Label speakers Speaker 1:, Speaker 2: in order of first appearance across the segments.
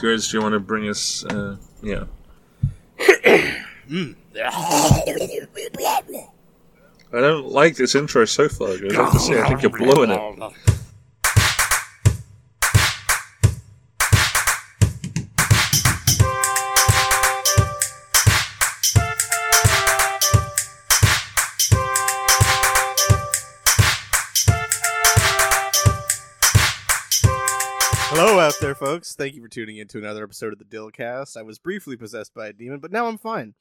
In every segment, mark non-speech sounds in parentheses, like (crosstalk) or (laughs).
Speaker 1: Gertz, do you want to bring us? Uh, yeah. I don't like this intro so far. Gertz. I have to say, I think you're blowing
Speaker 2: Oh.
Speaker 1: it.
Speaker 2: Hello out there, folks. Thank you for tuning in to another episode of the Dillcast. I was briefly possessed by a demon, but now I'm fine.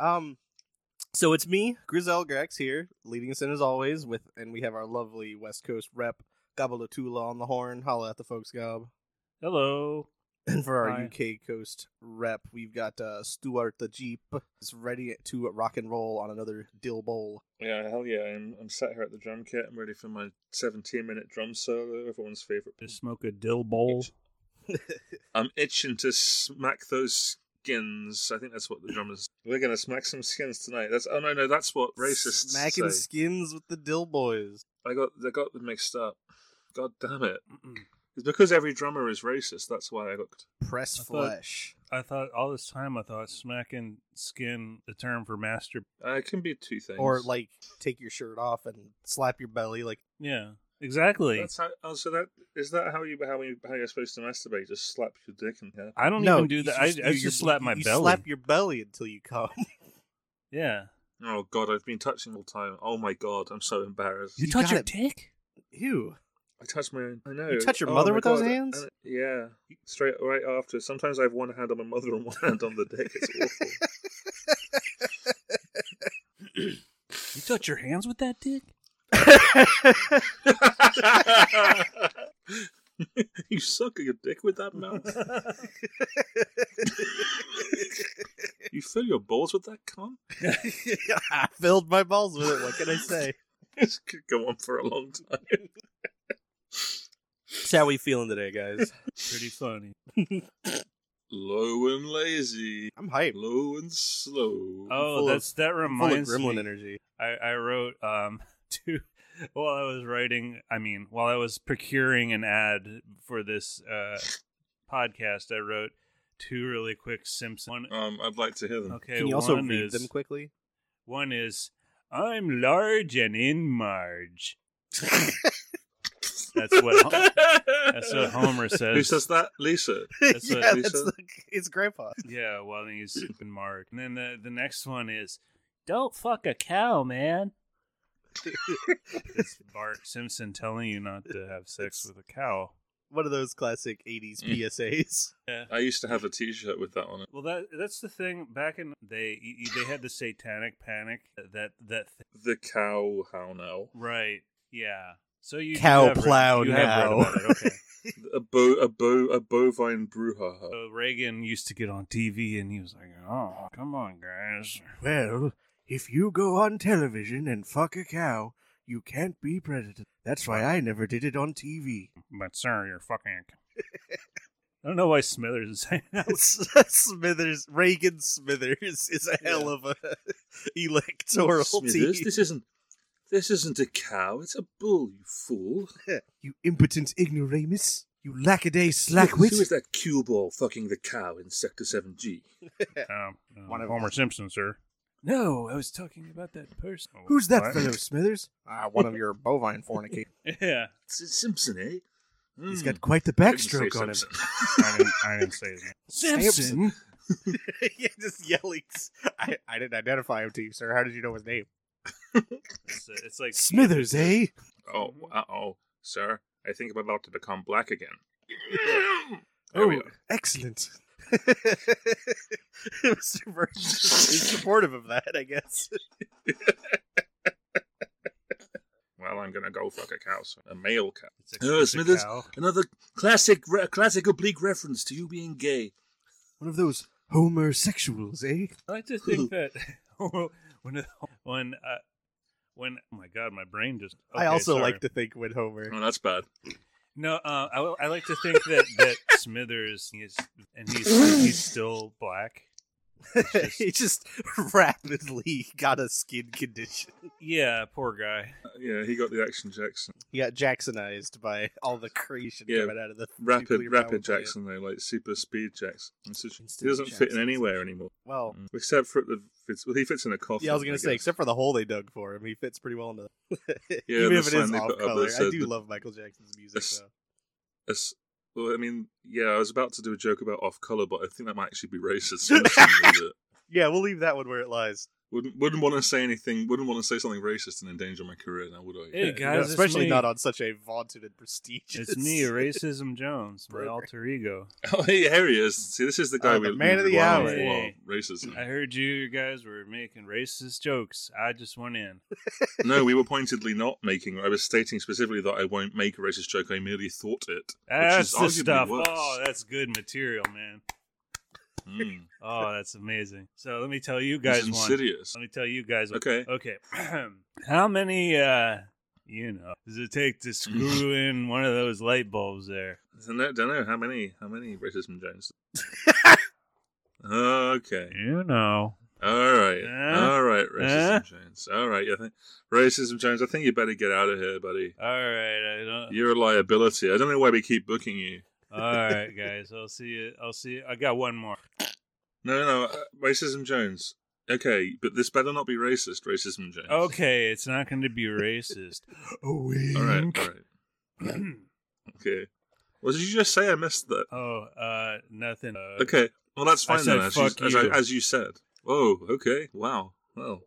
Speaker 2: Um, so it's me, Grizel Grex here, leading us in as always. With and we have our lovely West Coast rep Gabalatula on the horn. Holla at the folks, Gob.
Speaker 3: Hello.
Speaker 2: And for our
Speaker 3: Hi.
Speaker 2: UK coast rep, we've got uh, Stuart the Jeep. is ready to rock and roll on another Dill
Speaker 3: (laughs)
Speaker 2: Bowl.
Speaker 1: Yeah, hell yeah! I'm, I'm sat here at the drum kit. I'm ready for my 17 minute drum solo. Everyone's favorite.
Speaker 3: Just smoke a dill bowl.
Speaker 1: I'm itching to smack those skins. I think that's what the drummers. We're gonna smack some skins tonight. That's oh no no that's what racists
Speaker 2: Smacking
Speaker 1: say.
Speaker 2: skins with the Dill Boys.
Speaker 1: I got they got them mixed up. God damn it!
Speaker 3: Mm-mm.
Speaker 1: It's because every drummer is racist. That's why I got.
Speaker 2: Press
Speaker 3: I thought-
Speaker 2: flesh.
Speaker 3: I thought all this time I thought smacking skin the term for master.
Speaker 1: I can be two things.
Speaker 2: Or like take your shirt off and slap your belly like
Speaker 3: Yeah, exactly.
Speaker 1: That's how. Oh, so that is that how you how you how you're supposed to masturbate? Just slap your dick in here.
Speaker 3: I don't
Speaker 2: No,
Speaker 3: even do
Speaker 2: you
Speaker 3: that. I, I
Speaker 2: you-
Speaker 3: just slap my
Speaker 2: you
Speaker 3: belly.
Speaker 2: Slap your belly until you come. (laughs)
Speaker 3: yeah.
Speaker 1: Oh God, I've been touching all the time. Oh my God, I'm so embarrassed.
Speaker 2: You touch your
Speaker 3: dick?
Speaker 2: Ew.
Speaker 1: I touch my own. I know.
Speaker 2: You touch your
Speaker 1: Oh,
Speaker 2: mother
Speaker 1: my
Speaker 2: with those
Speaker 1: God.
Speaker 2: hands?
Speaker 1: And- yeah, straight right after. Sometimes I have one hand on my mother and one hand on the dick. It's awful.
Speaker 3: You touch your hands with that dick?
Speaker 2: (laughs)
Speaker 1: you suck at your dick with that mouth. you fill your balls with that (laughs) cunt.
Speaker 2: (laughs) I filled my balls with it. What can I (laughs) say?
Speaker 1: This could go on for a long time.
Speaker 2: That's how we feeling today, guys.
Speaker 3: Pretty funny.
Speaker 1: Low and lazy,
Speaker 2: (laughs) I'm hyped.
Speaker 1: low and slow.
Speaker 3: Oh,
Speaker 2: full of-
Speaker 3: that's that
Speaker 2: I'm full of
Speaker 3: reminds
Speaker 2: gremlin
Speaker 3: me.
Speaker 2: energy.
Speaker 3: I, I wrote um (laughs) to while I was writing. I mean, while I was procuring an ad for this uh, podcast, I wrote two really quick Simpson. One,
Speaker 1: Um, I'd like to hear them.
Speaker 3: okay,
Speaker 2: can you also
Speaker 3: one
Speaker 2: read
Speaker 3: is,
Speaker 2: them quickly?
Speaker 4: (laughs)
Speaker 3: One is I'm large and in Marge.
Speaker 4: (laughs)
Speaker 3: That's what that's what
Speaker 2: (laughs)
Speaker 3: Homer says.
Speaker 1: Who says that? Lisa.
Speaker 3: That's
Speaker 2: yeah,
Speaker 3: what
Speaker 1: Lisa-
Speaker 2: that's the, it's grandpa.
Speaker 3: Yeah, while he's in Marge. And then the the next one is Don't fuck a cow, man. it's Bart Simpson telling you not to have sex with a cow.
Speaker 2: One of those classic '80s PSAs.
Speaker 3: Yeah.
Speaker 1: I used to have a T-shirt with that on it.
Speaker 3: Well, that that's the thing. Back in they y- y- they had the satanic panic. That that th-
Speaker 1: The cow how now?
Speaker 3: right. Yeah. So you you
Speaker 2: Cow
Speaker 3: have read-
Speaker 2: plow
Speaker 3: you have read
Speaker 2: now.
Speaker 3: about it, okay.
Speaker 1: A bo a bo a bovine brouhaha.
Speaker 3: So Uh, Reagan used to get on TV and he was like, "Oh, come on, guys."
Speaker 4: Well, if you go on television and fuck a cow, you can't be president. That's why I never did it on TV.
Speaker 3: But sir, you're fucking. a c-" I don't know why Smithers is saying that.
Speaker 2: (laughs) Smithers, Reagan Smithers is a hell of a (laughs) electoral
Speaker 1: Smithers,
Speaker 2: team.
Speaker 1: this isn't this isn't a cow. It's a bull. You fool.
Speaker 4: You impotent ignoramus. You lackaday
Speaker 1: Who is
Speaker 4: slackwit.
Speaker 1: that cue ball fucking the cow in Sector Seven G?
Speaker 3: Um,
Speaker 4: One of-
Speaker 3: Homer Simpson, sir. Oh, No, I was talking about that person.
Speaker 4: Who's that fellow, Smithers?
Speaker 1: Uh,
Speaker 2: Ah, one of your bovine fornicators.
Speaker 3: (laughs) Yeah,
Speaker 1: It's it's Simpson, eh?
Speaker 4: He's
Speaker 1: Mm.
Speaker 4: got quite the
Speaker 1: I didn't say
Speaker 4: backstroke on him.
Speaker 1: Simpson. (laughs)
Speaker 3: I didn't, I didn't say his name.
Speaker 4: Samson?
Speaker 2: (laughs) yeah, just yelling. (laughs) I, I didn't identify him to you, sir. How did you know his name? (laughs)
Speaker 3: It's, uh, it's like
Speaker 4: Smithers, eh?
Speaker 1: Oh, uh oh, sir. I think I'm about to become black again. There we
Speaker 4: Oh,
Speaker 1: are.
Speaker 4: excellent.
Speaker 2: Mr. Burns is supportive of that, I (laughs) guess.
Speaker 1: Well, I'm gonna go fuck a cow, sir. A male cow.
Speaker 3: It's a,
Speaker 1: Oh,
Speaker 3: it's a
Speaker 1: Smithers.
Speaker 3: cow.
Speaker 1: Another classic, re- classic oblique reference to you being gay.
Speaker 4: One of those homosexuals, eh?
Speaker 3: I like to think that (laughs) when when uh, when oh my god, my brain just.
Speaker 2: I
Speaker 3: okay,
Speaker 2: also
Speaker 3: sorry.
Speaker 2: like to think when Homer. (laughs)
Speaker 1: Oh, that's bad.
Speaker 3: No, uh, I, I like to think that that Smithers is, and he's he's still black.
Speaker 2: he just rapidly got a skin condition.
Speaker 3: Yeah, poor guy.
Speaker 1: Uh, yeah, he got the action Jackson.
Speaker 2: He got Jacksonized by all the creation
Speaker 1: Yeah,
Speaker 2: coming out of the
Speaker 1: Rapid,
Speaker 2: nuclear power
Speaker 1: rapid
Speaker 2: plant.
Speaker 1: Jackson though, like super speed Jackson. And so he
Speaker 2: Instant
Speaker 1: doesn't fit in
Speaker 2: Jackson.
Speaker 1: anywhere anymore,
Speaker 2: Well,
Speaker 1: except for the fits. Well, he fits in a coffin.
Speaker 2: yeah, I was gonna say,
Speaker 1: guess.
Speaker 2: except for the hole they dug for him, he fits pretty well (laughs) into. that.
Speaker 1: Yeah,
Speaker 2: Even
Speaker 1: the
Speaker 2: if it
Speaker 1: sign
Speaker 2: is
Speaker 1: they
Speaker 2: off
Speaker 1: put up
Speaker 2: color,
Speaker 1: that
Speaker 2: I
Speaker 1: said
Speaker 2: do
Speaker 1: the-
Speaker 2: love Michael Jackson's music.
Speaker 1: Yes.
Speaker 2: though.
Speaker 1: As- well, I mean, yeah, I was about to do a joke about off color, but I think that might actually be racist. (laughs) so I'm just gonna leave it.
Speaker 2: Yeah, we'll leave that one where it lies.
Speaker 1: Wouldn't wouldn't want to say anything. Wouldn't want to say something racist and endanger my career now, would I?
Speaker 3: Hey,
Speaker 2: You know,
Speaker 3: guys, it's
Speaker 2: especially
Speaker 3: me.
Speaker 2: not on such a vaunted and prestigious. (laughs)
Speaker 3: It's me, Racism Jones, my
Speaker 2: Broker.
Speaker 3: alter ego.
Speaker 1: (laughs) Oh, hey, here he is. See, this is the guy
Speaker 2: Uh,
Speaker 1: we
Speaker 2: the man
Speaker 1: we
Speaker 2: of the
Speaker 1: rely on
Speaker 3: hour.
Speaker 1: for a
Speaker 3: Hey.
Speaker 1: while. Racism.
Speaker 3: I heard you guys were making racist jokes. I just went in.
Speaker 1: no, we were pointedly not making. I was stating specifically that I won't make a racist joke. I merely thought it.
Speaker 3: That's the
Speaker 1: arguably
Speaker 3: stuff.
Speaker 1: worse.
Speaker 3: Oh, that's good material, man.
Speaker 1: Mm.
Speaker 3: Oh, that's amazing. So let me tell you
Speaker 1: It's
Speaker 3: guys one.
Speaker 1: insidious.
Speaker 3: Let me tell you guys.
Speaker 1: Okay.
Speaker 3: Okay. (clears throat) How many, uh, you know, does it take to screw in one of those light bulbs there?
Speaker 1: I don't know how many how many racism
Speaker 3: (laughs)
Speaker 1: Jones. okay.
Speaker 3: You know.
Speaker 1: All right.
Speaker 3: Huh?
Speaker 1: All right. Racism
Speaker 3: Huh?
Speaker 1: Jones. All right. I think racism Jones. I think you better get out of here, buddy.
Speaker 3: All right. I don't.
Speaker 1: You're a liability. I don't know why we keep booking you.
Speaker 3: All right, guys. I'll see you. I'll see you. I got one more.
Speaker 1: No, no, uh, racism Jones. Okay, but this better not be racist, racism Jones.
Speaker 3: Okay, it's not going to be racist. (clears throat)
Speaker 1: All right, all right. Okay. What did you just say? I missed that.
Speaker 3: oh, uh, nothing. Uh,
Speaker 1: Okay. Well, that's
Speaker 3: I
Speaker 1: fine
Speaker 3: said
Speaker 1: then. As
Speaker 3: fuck
Speaker 1: you, as,
Speaker 3: you.
Speaker 1: I, as you said. Whoa. Okay. Wow. Well,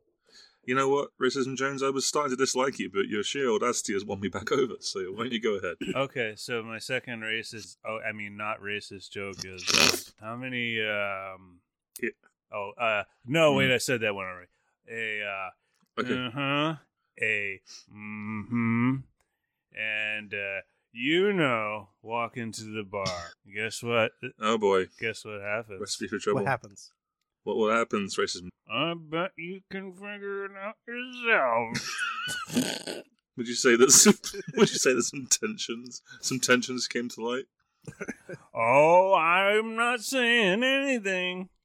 Speaker 1: you know what, racism Jones? I was starting to dislike you, but your sheer audacity has won me back (laughs) over. So why don't you go ahead?
Speaker 3: Okay, so my second racist, oh, I mean not racist joke is uh, how many? um
Speaker 1: Yeah.
Speaker 3: Oh, uh, no, wait,
Speaker 1: Mm.
Speaker 3: I said that one already. A uh,
Speaker 1: Okay.
Speaker 3: uh-huh, a mm-hmm, and uh, you know, walk into the bar. Guess what?
Speaker 1: Oh boy.
Speaker 3: Guess what happens?
Speaker 1: Recipe for trouble.
Speaker 2: What
Speaker 1: What,
Speaker 2: happens?
Speaker 1: what, happens, racism?
Speaker 3: I bet you can figure it out yourself.
Speaker 1: Would you say that? Some, (laughs) would you say that some tensions, some tensions came to light?
Speaker 3: oh, I'm not saying anything.
Speaker 2: (laughs)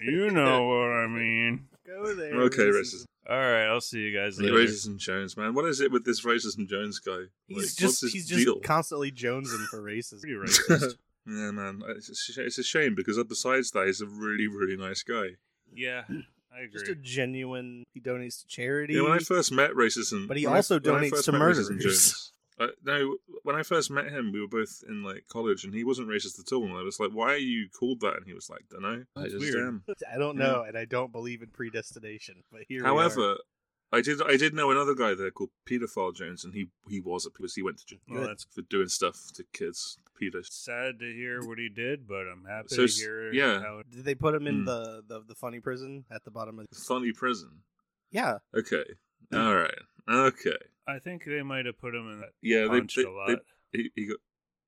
Speaker 3: You know what I mean.
Speaker 2: Go there.
Speaker 1: Okay, racism.
Speaker 3: All right, I'll see you guys
Speaker 1: Like
Speaker 3: later.
Speaker 1: racism Jones, man. What is it with this racism Jones guy?
Speaker 2: He's
Speaker 1: Like, what's
Speaker 2: just
Speaker 1: his
Speaker 2: he's just
Speaker 1: deal?
Speaker 2: constantly jonesing for
Speaker 1: (laughs)
Speaker 2: racism.
Speaker 3: Pretty racist.
Speaker 1: yeah, man. It's a, sh- it's a shame because uh, besides that, he's a really, really nice guy.
Speaker 3: yeah, I agree.
Speaker 2: Just a genuine. He donates to charity.
Speaker 1: Yeah, when I first met racism,
Speaker 2: But he
Speaker 1: when I-
Speaker 2: also
Speaker 1: when I
Speaker 2: donates
Speaker 1: first
Speaker 2: to
Speaker 1: met racism
Speaker 2: murderers.
Speaker 1: Jones- Uh, no, when I first met him, we were both in like college, and he wasn't racist at all. And I was like, "Why are you called that?" And he was like, "Don't know. I
Speaker 3: That's
Speaker 1: just
Speaker 3: weird.
Speaker 1: am."
Speaker 2: I don't know, and I don't believe in predestination. But here, we are.
Speaker 1: However, I did I did know another guy there called Pedophile Jones, and he he was a because he went to jail
Speaker 3: well, that's
Speaker 1: for doing stuff to kids. Pedo.
Speaker 3: sad to hear what he did, but I'm happy
Speaker 1: So,
Speaker 3: to hear.
Speaker 1: yeah.
Speaker 3: How it,
Speaker 2: did they put him in
Speaker 1: Hmm.
Speaker 2: the, the the funny prison at the bottom of? The...
Speaker 1: Funny prison.
Speaker 2: Yeah,
Speaker 1: Okay. All right. Okay.
Speaker 3: I think they might have put him in that
Speaker 1: Yeah, they,
Speaker 3: punched
Speaker 1: they,
Speaker 3: a lot.
Speaker 1: they- he, he got.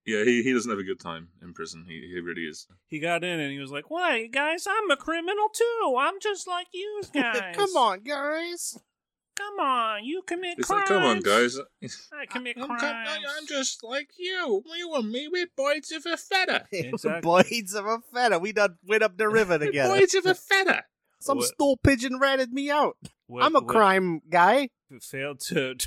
Speaker 1: Yeah, he, he doesn't have a good time in prison. He he really is.
Speaker 3: he got in and he was like, "Wait, guys, I'm a criminal too. I'm just like
Speaker 1: (laughs)
Speaker 3: you guys.
Speaker 2: come on, guys. (laughs)
Speaker 3: come on, you commit
Speaker 1: It's
Speaker 3: crimes.
Speaker 1: like, come on, guys.
Speaker 3: I commit
Speaker 1: I'm- I'm-
Speaker 3: crimes.
Speaker 1: just like you. You and me, we're boys of a feather.
Speaker 3: Exactly.
Speaker 2: Blades of a feather. We done went up the
Speaker 3: (laughs)
Speaker 2: river together.
Speaker 1: of
Speaker 2: (laughs)
Speaker 1: a feather.
Speaker 2: Some
Speaker 3: What-
Speaker 2: stool pigeon ratted me out.
Speaker 3: What-
Speaker 2: I'm a
Speaker 3: what-
Speaker 2: crime guy.
Speaker 3: failed (laughs) to to,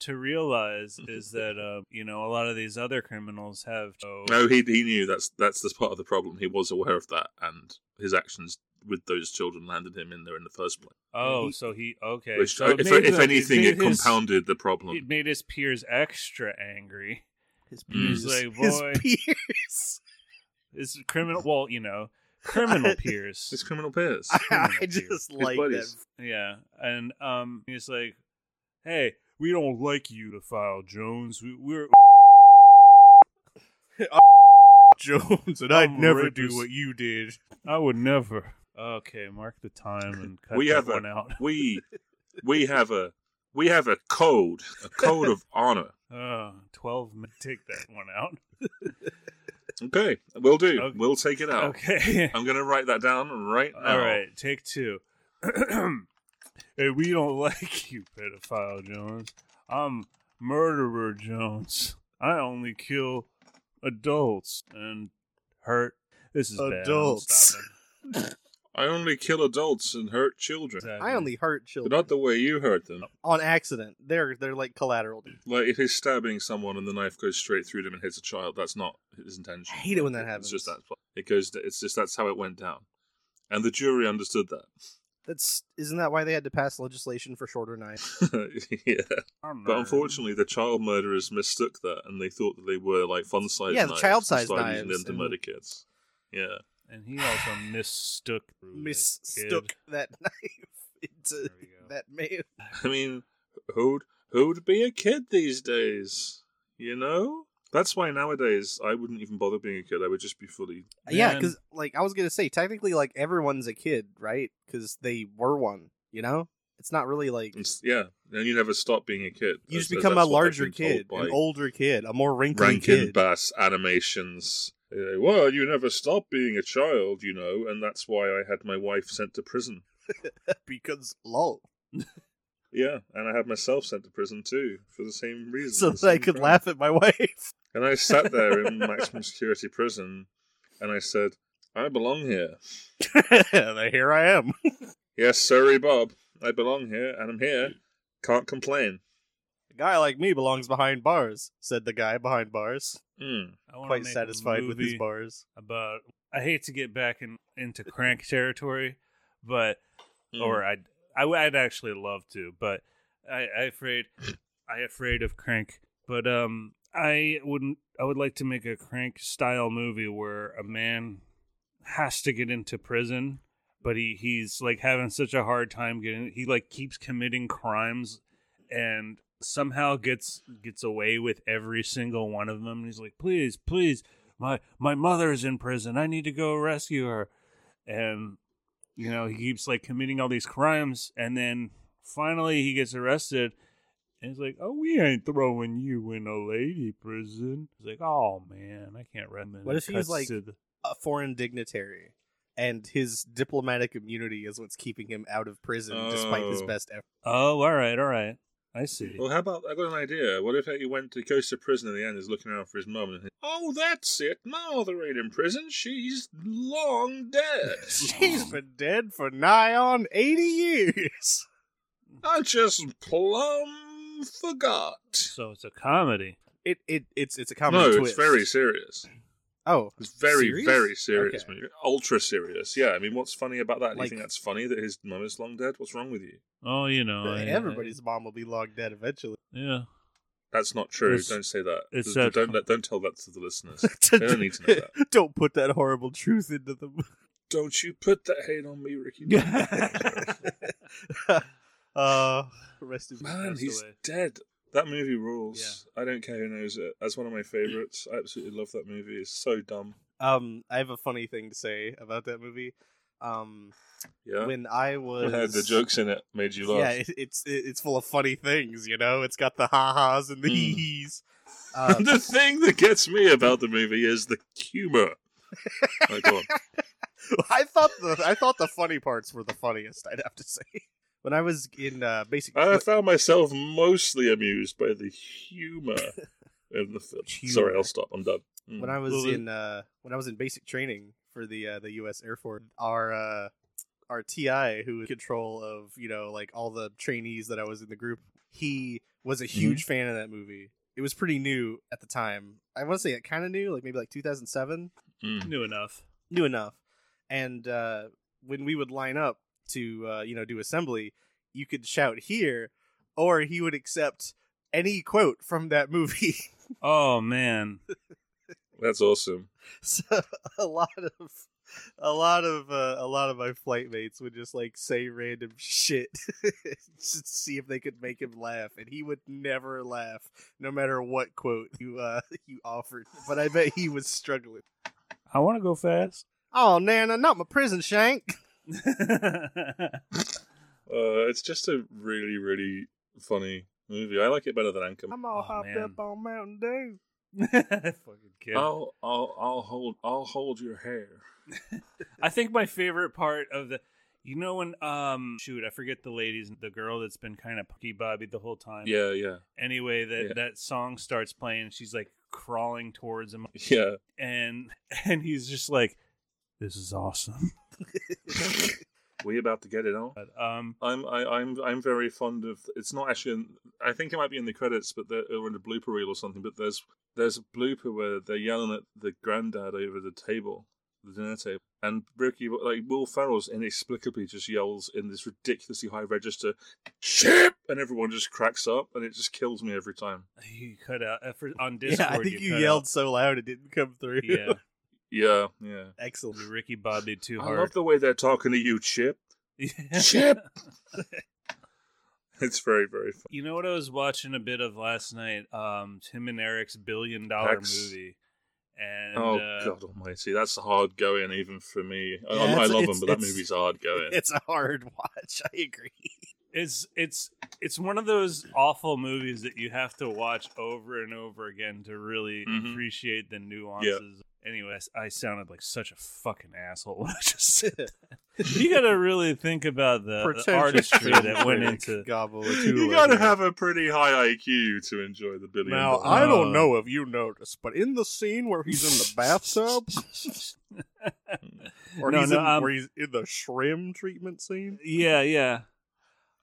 Speaker 3: to realize
Speaker 1: (laughs)
Speaker 3: is that uh, you know a lot of these other criminals have
Speaker 1: No, Oh, he he knew that's that's the part of the problem. He was aware of that, and his actions with those children landed him in there in the first place.
Speaker 3: oh so he okay
Speaker 1: Which, uh,
Speaker 3: so
Speaker 1: if,
Speaker 3: made
Speaker 1: if
Speaker 3: the-
Speaker 1: anything,
Speaker 3: made
Speaker 1: it
Speaker 3: his-
Speaker 1: compounded the problem.
Speaker 3: it made his peers extra angry
Speaker 2: His
Speaker 1: He's
Speaker 2: peers.
Speaker 3: like, boy.
Speaker 2: His peers. (laughs)
Speaker 3: his criminal well you know
Speaker 1: (laughs)
Speaker 3: criminal peers
Speaker 1: It's criminal
Speaker 3: (laughs)
Speaker 1: peers.
Speaker 2: I,
Speaker 3: criminal
Speaker 2: just
Speaker 1: peers.
Speaker 2: like
Speaker 1: buddies.
Speaker 2: that.
Speaker 3: Yeah, and um, he's like, "Hey, we don't like you to file Jones. We, we're
Speaker 2: (laughs) Jones, and
Speaker 3: I'm rapist.
Speaker 1: (laughs)
Speaker 2: you did.
Speaker 3: I would never." Okay, mark the
Speaker 1: (laughs)
Speaker 3: time and cut
Speaker 1: We
Speaker 3: that
Speaker 1: have a-
Speaker 3: one out. (laughs)
Speaker 1: we we have a we have a code, a code
Speaker 3: (laughs)
Speaker 1: of honor.
Speaker 3: Oh, 12 minutes. (laughs) Take that one out.
Speaker 1: Okay, we'll do.
Speaker 3: Okay.
Speaker 1: We'll take it out.
Speaker 3: Okay. (laughs)
Speaker 1: I'm gonna write that down right now.
Speaker 3: All right, take two. (clears throat) hey, we don't (laughs) like you, pedophile Jones. I'm murderer Jones. I only kill adults and hurt. This is bad. I'm
Speaker 2: Adults.
Speaker 3: stopping.
Speaker 1: I only kill adults and hurt children.
Speaker 3: Exactly.
Speaker 2: I only hurt
Speaker 1: But
Speaker 2: children
Speaker 1: not the way you hurt them.
Speaker 2: on accident. They're they're like collateral. damage.
Speaker 1: Like if he's stabbing someone and the knife goes straight through them and hits a child, that's not his
Speaker 2: I
Speaker 1: intention.
Speaker 2: hate it when that happens.
Speaker 1: It's just that it goes. It's just that's how it went down, and the jury understood
Speaker 2: That's isn't that why they had to pass legislation for shorter knives?
Speaker 1: that. (laughs) yeah.
Speaker 3: I'm
Speaker 1: But
Speaker 3: nervous.
Speaker 1: unfortunately, the child murderers mistook that, and they thought that they were like fun sized.
Speaker 2: Yeah, the
Speaker 1: knives,
Speaker 2: child-sized
Speaker 1: and started using
Speaker 2: knives,
Speaker 1: them to
Speaker 2: and-
Speaker 1: murder kids. Yeah,
Speaker 3: and he also
Speaker 2: (sighs)
Speaker 3: mistook
Speaker 2: (laughs) Mistook that knife into
Speaker 3: There we go.
Speaker 2: that man.
Speaker 1: I mean, who'd who'd be a kid these days? You know, that's why nowadays I wouldn't even bother being a kid. I would just be fully.
Speaker 2: Yeah,
Speaker 3: Man.
Speaker 2: because like I was gonna say, technically, like everyone's a kid, right? Because they were one. You know, it's not really like
Speaker 1: it's- Yeah, and you never stop being a kid.
Speaker 2: you just
Speaker 1: That's-
Speaker 2: become
Speaker 1: that's
Speaker 2: a
Speaker 1: what I've
Speaker 2: larger
Speaker 1: been told
Speaker 2: kid,
Speaker 1: by
Speaker 2: an older kid, a more wrinkly
Speaker 1: Rankin
Speaker 2: kid. (laughs)
Speaker 1: Bass animations. Uh, well, you never stop being a child, you know, and that's why I had my wife sent to prison.
Speaker 2: because
Speaker 1: (laughs)
Speaker 2: lol,
Speaker 1: Yeah, and I had myself sent to prison too for the same reason.
Speaker 2: (laughs) so
Speaker 1: the
Speaker 2: that I
Speaker 1: same
Speaker 2: could
Speaker 1: crime.
Speaker 2: laugh at my (laughs) wife.
Speaker 1: And I sat there
Speaker 2: (laughs)
Speaker 1: in maximum security prison, and I said, "I belong here.
Speaker 2: And here I am. (laughs)
Speaker 1: Yes, sorry, Bob, I belong here, and I'm here. Can't complain."
Speaker 2: A guy like me belongs behind bars," said the guy behind bars,
Speaker 1: Mm.
Speaker 3: I wanna
Speaker 2: quite
Speaker 3: make a
Speaker 2: satisfied with his
Speaker 3: movie
Speaker 2: bars.
Speaker 3: About I hate to get back in, into crank territory, but
Speaker 1: Mm.
Speaker 3: or I'd I, would i would actually love to, but I, I afraid I afraid of crank. But um, I wouldn't. I would like to make a crank style movie where a man has to get into prison, but he he's like having such a hard time getting. He like keeps committing crimes, and somehow gets gets away with every single one of them. And he's like, please, please, my my mother's in prison. I need to go rescue her, and you know he keeps like committing all these crimes and then finally he gets arrested and he's like oh we ain't throwing you in a lady prison he's like oh man i can't recommend
Speaker 2: What if he was, like- A foreign dignitary, and his diplomatic immunity is what's keeping him out of prison, despite his
Speaker 1: Oh.
Speaker 2: best effort.
Speaker 3: oh all right all right i see
Speaker 1: Well, how about I got an idea? What if he went to goes to prison in the end, is looking around for his mum, and he- oh, that's it. No, there ain't in prison. She's long dead.
Speaker 2: (laughs) She's been dead for nigh on eighty years.
Speaker 1: I just plumb forgot.
Speaker 3: so it's a comedy
Speaker 2: It it it's it's a
Speaker 1: no,
Speaker 2: comedy twist.
Speaker 1: it's very serious.
Speaker 2: oh
Speaker 1: It's very,
Speaker 2: Serious?
Speaker 1: very serious.
Speaker 2: Okay.
Speaker 1: movie. Ultra serious. Yeah, I mean, what's funny about that? Do
Speaker 2: Like-
Speaker 1: you think that's funny that his mum is long dead? What's wrong with you?
Speaker 3: oh you know I-
Speaker 2: everybody's mom will be long dead eventually. (laughs)
Speaker 3: yeah
Speaker 1: That's not true.
Speaker 3: It's-
Speaker 1: don't say that.
Speaker 3: it's
Speaker 1: don't,
Speaker 3: sad.
Speaker 1: don't, let- don't tell that to the listeners. They don't need to know that.
Speaker 2: (laughs) Don't put that horrible truth into them.
Speaker 1: Don't you put that hate on me,
Speaker 2: (laughs)
Speaker 1: Ricky.
Speaker 2: uh, rest in
Speaker 1: Man,
Speaker 3: Passed
Speaker 1: he's
Speaker 3: away.
Speaker 1: dead. That movie rules. I don't care who knows it. That's one of my favorites. I absolutely love that movie. It's so dumb.
Speaker 2: Um, I have a funny thing to say about that movie. Um,
Speaker 1: Yeah.
Speaker 2: when I
Speaker 1: (laughs)
Speaker 2: was
Speaker 1: the jokes in it made you laugh. (laughs)
Speaker 2: Yeah, it, it's it, it's full of funny things. You know, it's got the ha ha's and the
Speaker 1: Mm.
Speaker 2: hee hees. Uh,
Speaker 1: the thing that gets me about the movie is the humor.
Speaker 2: (laughs)
Speaker 1: Oh, go on.
Speaker 2: I thought the I thought the funny parts were the funniest. I'd have to say. When I was in uh, basic,
Speaker 1: I found myself mostly amused by the humor in the film.
Speaker 3: Humor.
Speaker 1: Sorry, I'll stop. I'm done. Mm.
Speaker 2: when I was
Speaker 3: Well, it-
Speaker 2: in uh, when I was in basic training for the uh, the U.S. Air Force, our uh, our TI who was in control of you know like all the trainees that I was in the group, he was a huge fan of that movie. It was pretty new at the time. I want to say it kind of new, like maybe like 2007,
Speaker 1: Mm.
Speaker 3: new enough
Speaker 2: new Mm-hmm. enough. And uh, when we would line up to uh, you know do assembly, you could shout here, or he would accept any quote from that movie. (laughs)
Speaker 3: oh man
Speaker 1: That's awesome.
Speaker 2: so a lot of a lot of uh, a lot of my flight mates would just like say random shit (laughs) just to see if they could make him laugh and he would never laugh no matter what quote you uh (laughs) you offered but i bet he was struggling
Speaker 3: i want to go (laughs) fast
Speaker 2: oh nana not my prison shank
Speaker 1: Uh, it's just a really, really funny movie. I like it better than Anchorman.
Speaker 2: i'm all
Speaker 3: Oh,
Speaker 2: hopped
Speaker 3: man.
Speaker 2: up on mountain dew
Speaker 3: fucking kid
Speaker 2: Oh.
Speaker 1: I'll, I'll, I'll hold, I'll hold your hair.
Speaker 3: I think my favorite part of the, you know, when um, shoot, I forget the ladies, the girl that's been kind of Punky Bobby the whole time.
Speaker 1: Yeah, yeah, (laughs)
Speaker 3: Anyway, that
Speaker 1: Yeah.
Speaker 3: that song starts playing. and (laughs) She's like crawling towards him,
Speaker 1: yeah.
Speaker 3: and and he's just like, This is awesome.
Speaker 1: we about to get it on.
Speaker 3: But, um,
Speaker 1: I'm I, I'm I'm very fond of. It's not actually. In, I think it might be in the credits, but they're or in the blooper reel or something. But there's there's a blooper where they're yelling at the granddad over the table, the dinner table, and Ricky like Will Ferrell's inexplicably just yells in this ridiculously high register, "Chip!" and everyone just cracks up, and it just kills me every time.
Speaker 3: you cut out uh, for, on
Speaker 2: (laughs)
Speaker 3: Discord.
Speaker 2: yeah, I think you,
Speaker 3: cut
Speaker 2: yelled so loud it didn't come through.
Speaker 3: Out. Yeah,
Speaker 1: Yeah, yeah.
Speaker 2: (laughs) Excellent.
Speaker 3: you Ricky Bobby too
Speaker 1: I love
Speaker 3: hard.
Speaker 1: the way they're talking to you, Chip.
Speaker 3: (laughs) Yeah.
Speaker 2: (laughs)
Speaker 1: Chip! It's very very fun.
Speaker 3: You know what I was watching a bit of last night? Um, Tim and Eric's billion dollar
Speaker 1: Pax.
Speaker 3: movie, and
Speaker 1: oh
Speaker 3: uh,
Speaker 1: God Almighty, that's hard going even for me. I,
Speaker 2: Yeah,
Speaker 1: I
Speaker 2: it's-
Speaker 1: love
Speaker 2: it's-
Speaker 1: them, but that
Speaker 2: it's-
Speaker 1: movie's hard going.
Speaker 2: It's a hard watch. (laughs) I agree.
Speaker 3: it's it's it's one of those awful movies that you have to watch over and over again to really
Speaker 2: Mm-hmm.
Speaker 1: Mhm.
Speaker 3: appreciate the nuances. Anyways, I sounded like such a fucking asshole (laughs) when I
Speaker 2: (laughs)
Speaker 3: just said that. You gotta really think about the, the artistry that went into.
Speaker 2: (laughs) gobble.
Speaker 1: you gotta have a pretty high IQ to enjoy the billion.
Speaker 2: Now
Speaker 1: dollar-
Speaker 2: I
Speaker 3: Uh,
Speaker 2: don't know if you noticed, but in the scene where he's (laughs) in the bathtub, or
Speaker 3: No,
Speaker 2: he's
Speaker 3: no,
Speaker 2: in,
Speaker 3: um,
Speaker 2: where he's in the shrimp treatment scene,
Speaker 3: (laughs) yeah, yeah.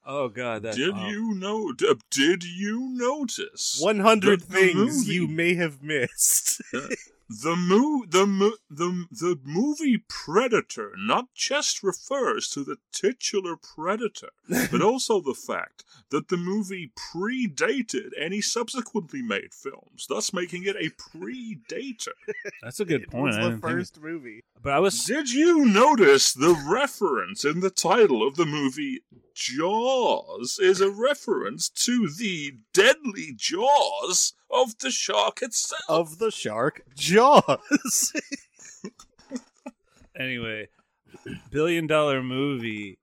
Speaker 3: Oh God, that's
Speaker 1: did
Speaker 3: oh.
Speaker 1: you know? d- Did you notice
Speaker 2: one hundred
Speaker 1: The- the
Speaker 2: things
Speaker 1: movie.
Speaker 2: you may have missed.
Speaker 1: the mo- the mo- the the movie Predator not just refers to the titular predator, but also the fact that the movie predated any subsequently made films, thus making it a predator.
Speaker 3: That's a (laughs) good
Speaker 2: It
Speaker 3: point.
Speaker 2: was
Speaker 3: I
Speaker 2: the
Speaker 3: didn't think-
Speaker 2: first movie.
Speaker 3: but I was
Speaker 1: Did you notice the reference in the title of the movie Jaws is a reference to the deadly jaws of the shark itself?
Speaker 2: of the shark Jaws. (laughs)
Speaker 3: anyway, billion dollar movie.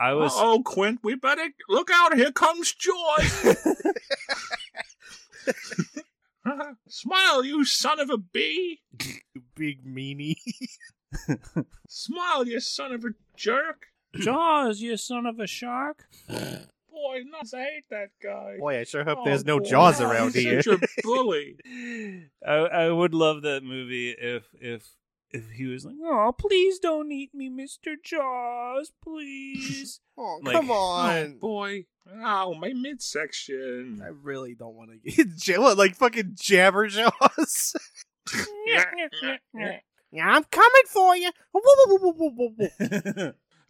Speaker 3: I was
Speaker 1: Oh, Quint, we better look out! Here comes
Speaker 2: (laughs)
Speaker 1: Joy. (laughs) Smile, you son of a bee!
Speaker 2: You Big meanie.
Speaker 1: Smile, you son of a jerk!
Speaker 3: (clears throat) Jaws, you son of a shark.
Speaker 1: Boy, nuts! I hate that guy.
Speaker 2: Boy, I sure hope
Speaker 1: Oh,
Speaker 2: there's no
Speaker 1: boy.
Speaker 2: Jaws
Speaker 1: He's
Speaker 2: around
Speaker 1: such
Speaker 2: here. (laughs)
Speaker 1: a bully.
Speaker 3: I I would love that movie if if if he was like, oh, please don't eat me, Mister Jaws, please. (laughs)
Speaker 2: Oh,
Speaker 3: Like-
Speaker 2: come on.
Speaker 1: boy. Ow, my midsection.
Speaker 2: I really don't want to (laughs) get Ja- what, like fucking jabber jaws. (laughs) yeah, I'm coming for you.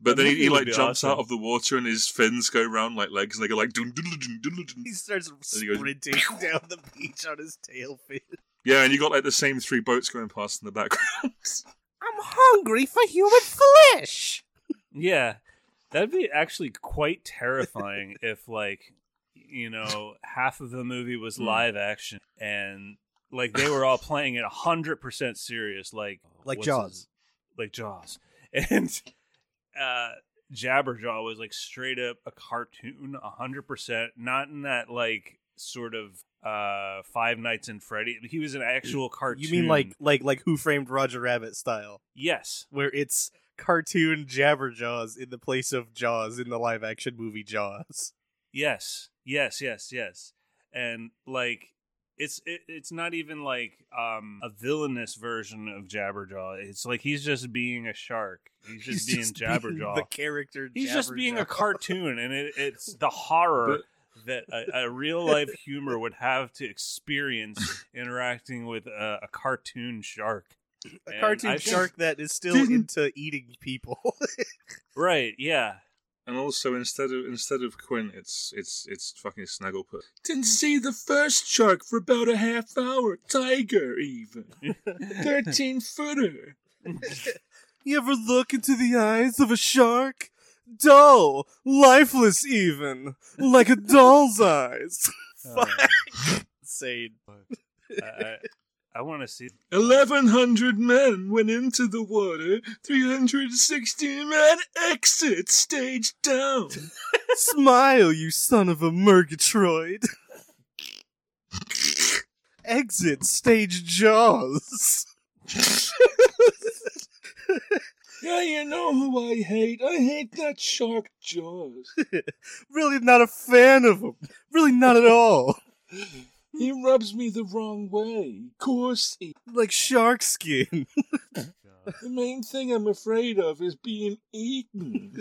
Speaker 1: But then
Speaker 3: That
Speaker 1: he,
Speaker 3: movie
Speaker 1: he
Speaker 3: would
Speaker 1: like
Speaker 3: be
Speaker 1: jumps
Speaker 3: awesome.
Speaker 1: out of the water and his fins go round like legs and they go like dun dun dun dun dun dun.
Speaker 2: he starts
Speaker 1: he goes-
Speaker 2: sprinting down the beach on his tail fin.
Speaker 1: Yeah, and you got like the same three boats going past in the background.
Speaker 2: (laughs)
Speaker 1: (laughs)
Speaker 2: I'm hungry for human flesh.
Speaker 3: yeah, that'd be actually quite terrifying (laughs) if like you know half of the movie was
Speaker 1: Hmm.
Speaker 3: live action and like they were all playing it hundred percent serious, like
Speaker 2: Like
Speaker 3: what's
Speaker 2: Jaws.
Speaker 3: his- like Jaws, (laughs) and uh, Jabberjaw was like straight up a cartoon, hundred percent, not in that like sort of uh Five Nights in Freddy. He was an actual cartoon.
Speaker 2: You mean like like like Who Framed Roger Rabbit style,
Speaker 3: yes?
Speaker 2: where it's cartoon jabber jaws in the place of jaws in the live action movie Jaws.
Speaker 3: Yes, yes, yes, yes, and like it's it, it's not even like um a villainous version of Jabberjaw. It's like he's just being a shark. He's just being
Speaker 2: (laughs)
Speaker 3: Jabberjaw.
Speaker 2: the character.
Speaker 3: he's just being a
Speaker 2: Jabberjaw.
Speaker 3: cartoon, and it, it's the horror that a, a real life humor would have to experience interacting with a, a cartoon shark.
Speaker 2: a
Speaker 3: And
Speaker 2: cartoon
Speaker 3: I think- (laughs)
Speaker 2: shark that is still
Speaker 1: Didn't-
Speaker 2: into eating people. (laughs)
Speaker 3: right? Yeah,
Speaker 1: And also, instead of instead of Quinn, it's it's it's fucking Snagglepuss. Didn't see the first shark for about a half hour. Tiger, even thirteen footer.
Speaker 2: you ever look into the eyes of a shark? Dull, lifeless, even like a doll's eyes.
Speaker 3: Uh,
Speaker 2: Insane.
Speaker 3: I, I, I want to see.
Speaker 1: Eleven hundred men went into the water. Three hundred sixty men exit stage down.
Speaker 2: Smile, you son of a Murgatroyd. Exit stage jaws.
Speaker 1: yeah, you know who I hate. I hate that shark Jaws.
Speaker 2: Really not a fan of him. Really not at all.
Speaker 1: He rubs me the wrong way. Of course, he
Speaker 2: Like shark skin.
Speaker 1: The main thing I'm afraid of is being eaten.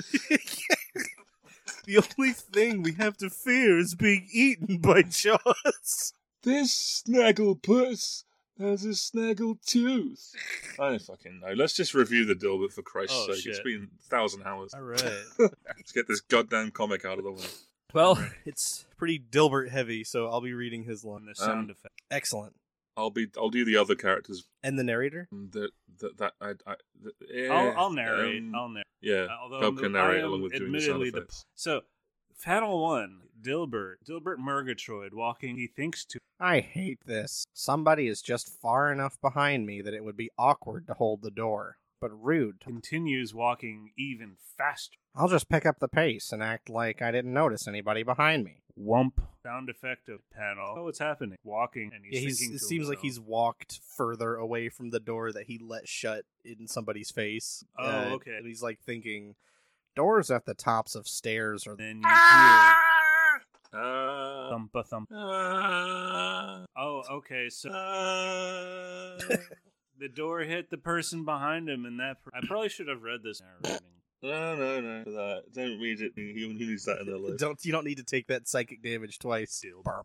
Speaker 2: The only thing we have to fear is being eaten by Jaws.
Speaker 1: this snagglepuss has a snaggle tooth. I don't fucking know. Let's just review the Dilbert for Christ's
Speaker 3: Oh,
Speaker 1: sake. It's
Speaker 3: shit.
Speaker 1: been a thousand hours.
Speaker 3: All right.
Speaker 1: (laughs) Let's get this goddamn comic out of the way.
Speaker 2: Well, it's pretty Dilbert heavy, so I'll be reading his
Speaker 3: On
Speaker 2: line.
Speaker 3: the sound effect.
Speaker 2: Excellent.
Speaker 1: I'll be. I'll do the other characters.
Speaker 2: And the narrator?
Speaker 1: That that, that I. I that, eh,
Speaker 3: I'll, I'll narrate.
Speaker 1: um,
Speaker 3: I'll narrate.
Speaker 1: yeah.
Speaker 3: Uh,
Speaker 2: (laughs)
Speaker 3: Although
Speaker 1: Bob
Speaker 3: I'm-
Speaker 1: can
Speaker 3: I
Speaker 1: narrate
Speaker 3: am
Speaker 1: along with doing the sound
Speaker 3: admittedly the (laughs)
Speaker 1: effects.
Speaker 3: So, panel one, Dilbert, Dilbert Murgatroyd walking. He thinks to
Speaker 2: I hate this. Somebody is just far enough behind me that it would be awkward to hold the door, but rude. to-
Speaker 3: continues walking even faster.
Speaker 2: I'll just pick up the pace and act like I didn't notice anybody behind me.
Speaker 3: Wump. Sound effect of panel. Oh, what's happening? Walking and he's
Speaker 2: Yeah, he's,
Speaker 3: thinking.
Speaker 2: it
Speaker 3: to
Speaker 2: seems like
Speaker 3: himself,
Speaker 2: he's walked further away from the door that he let shut in somebody's face. uh,
Speaker 3: Oh, okay.
Speaker 2: and He's like thinking, doors at the tops of stairs are.
Speaker 3: Then you hear
Speaker 2: Ah!
Speaker 1: Ah,
Speaker 3: thumpa thump.
Speaker 1: ah,
Speaker 3: Oh, okay. So
Speaker 1: ah.
Speaker 3: (laughs) the door hit the person behind him, and that. Per- I probably should have read this. Narrating.
Speaker 1: no, no, no. For that. Don't read it. He he needs that in their life.
Speaker 2: Don't you don't need to take that psychic damage twice.
Speaker 3: Dilbert.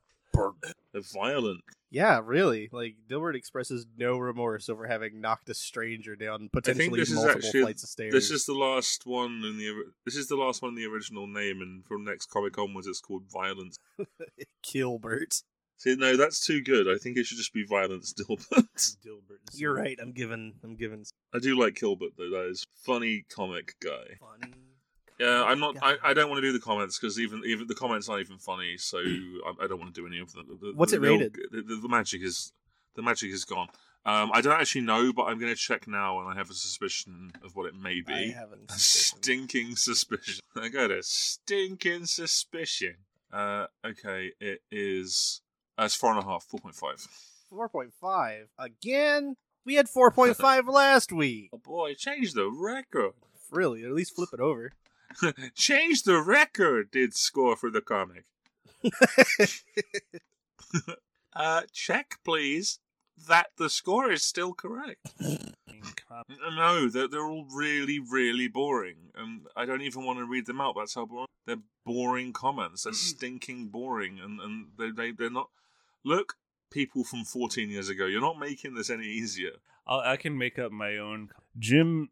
Speaker 1: They're violent.
Speaker 2: Yeah, really. Like Dilbert expresses no remorse over having knocked a stranger down potentially
Speaker 1: this is
Speaker 2: multiple
Speaker 1: actually-
Speaker 2: flights of stairs.
Speaker 1: This is the last one in the. ori- This is the last one in the original name, and from next comic onwards, it's called Violence.
Speaker 2: (laughs) Kilbert.
Speaker 1: See, no, that's too good. I think it should just be Violence (laughs) Dilbert.
Speaker 3: Dilbert. and
Speaker 2: You're
Speaker 3: Silver. (laughs)
Speaker 2: right. I'm giving. I'm giving (laughs)
Speaker 1: I do like Kilbert though. That is funny comic guy.
Speaker 2: funny.
Speaker 1: Yeah, I'm not. I, I don't want to do the comments because even even the comments aren't even funny.
Speaker 2: (clears throat)
Speaker 1: So I, I don't want to do any of them. The- the-
Speaker 2: What's it
Speaker 1: the old-
Speaker 2: rated?
Speaker 1: The, the, the magic is the magic is gone. Um, I don't actually know, but I'm going to check now, and I have a suspicion of what it may be. (laughs)
Speaker 2: I haven't.
Speaker 1: A stinking suspicion. (laughs) I got a stinking suspicion. Uh, okay, it is. Uh, it's four and a half, 4.5.
Speaker 2: Four point five again. We had four
Speaker 1: (laughs)
Speaker 2: point five last week.
Speaker 1: Oh boy, change the record.
Speaker 2: Really, at least flip it over. (laughs)
Speaker 1: change the record, did score for the comic. Uh, check, please, that the score is still correct.
Speaker 3: Incom-
Speaker 1: No, they're, they're all really, really boring. And I don't even want to read them out. That's how boring. They're boring comments. They're stinking boring. And, and they, they, they're not. Look, people from 14 years ago, you're not making this any easier.
Speaker 3: I'll, I can make up my own. Jim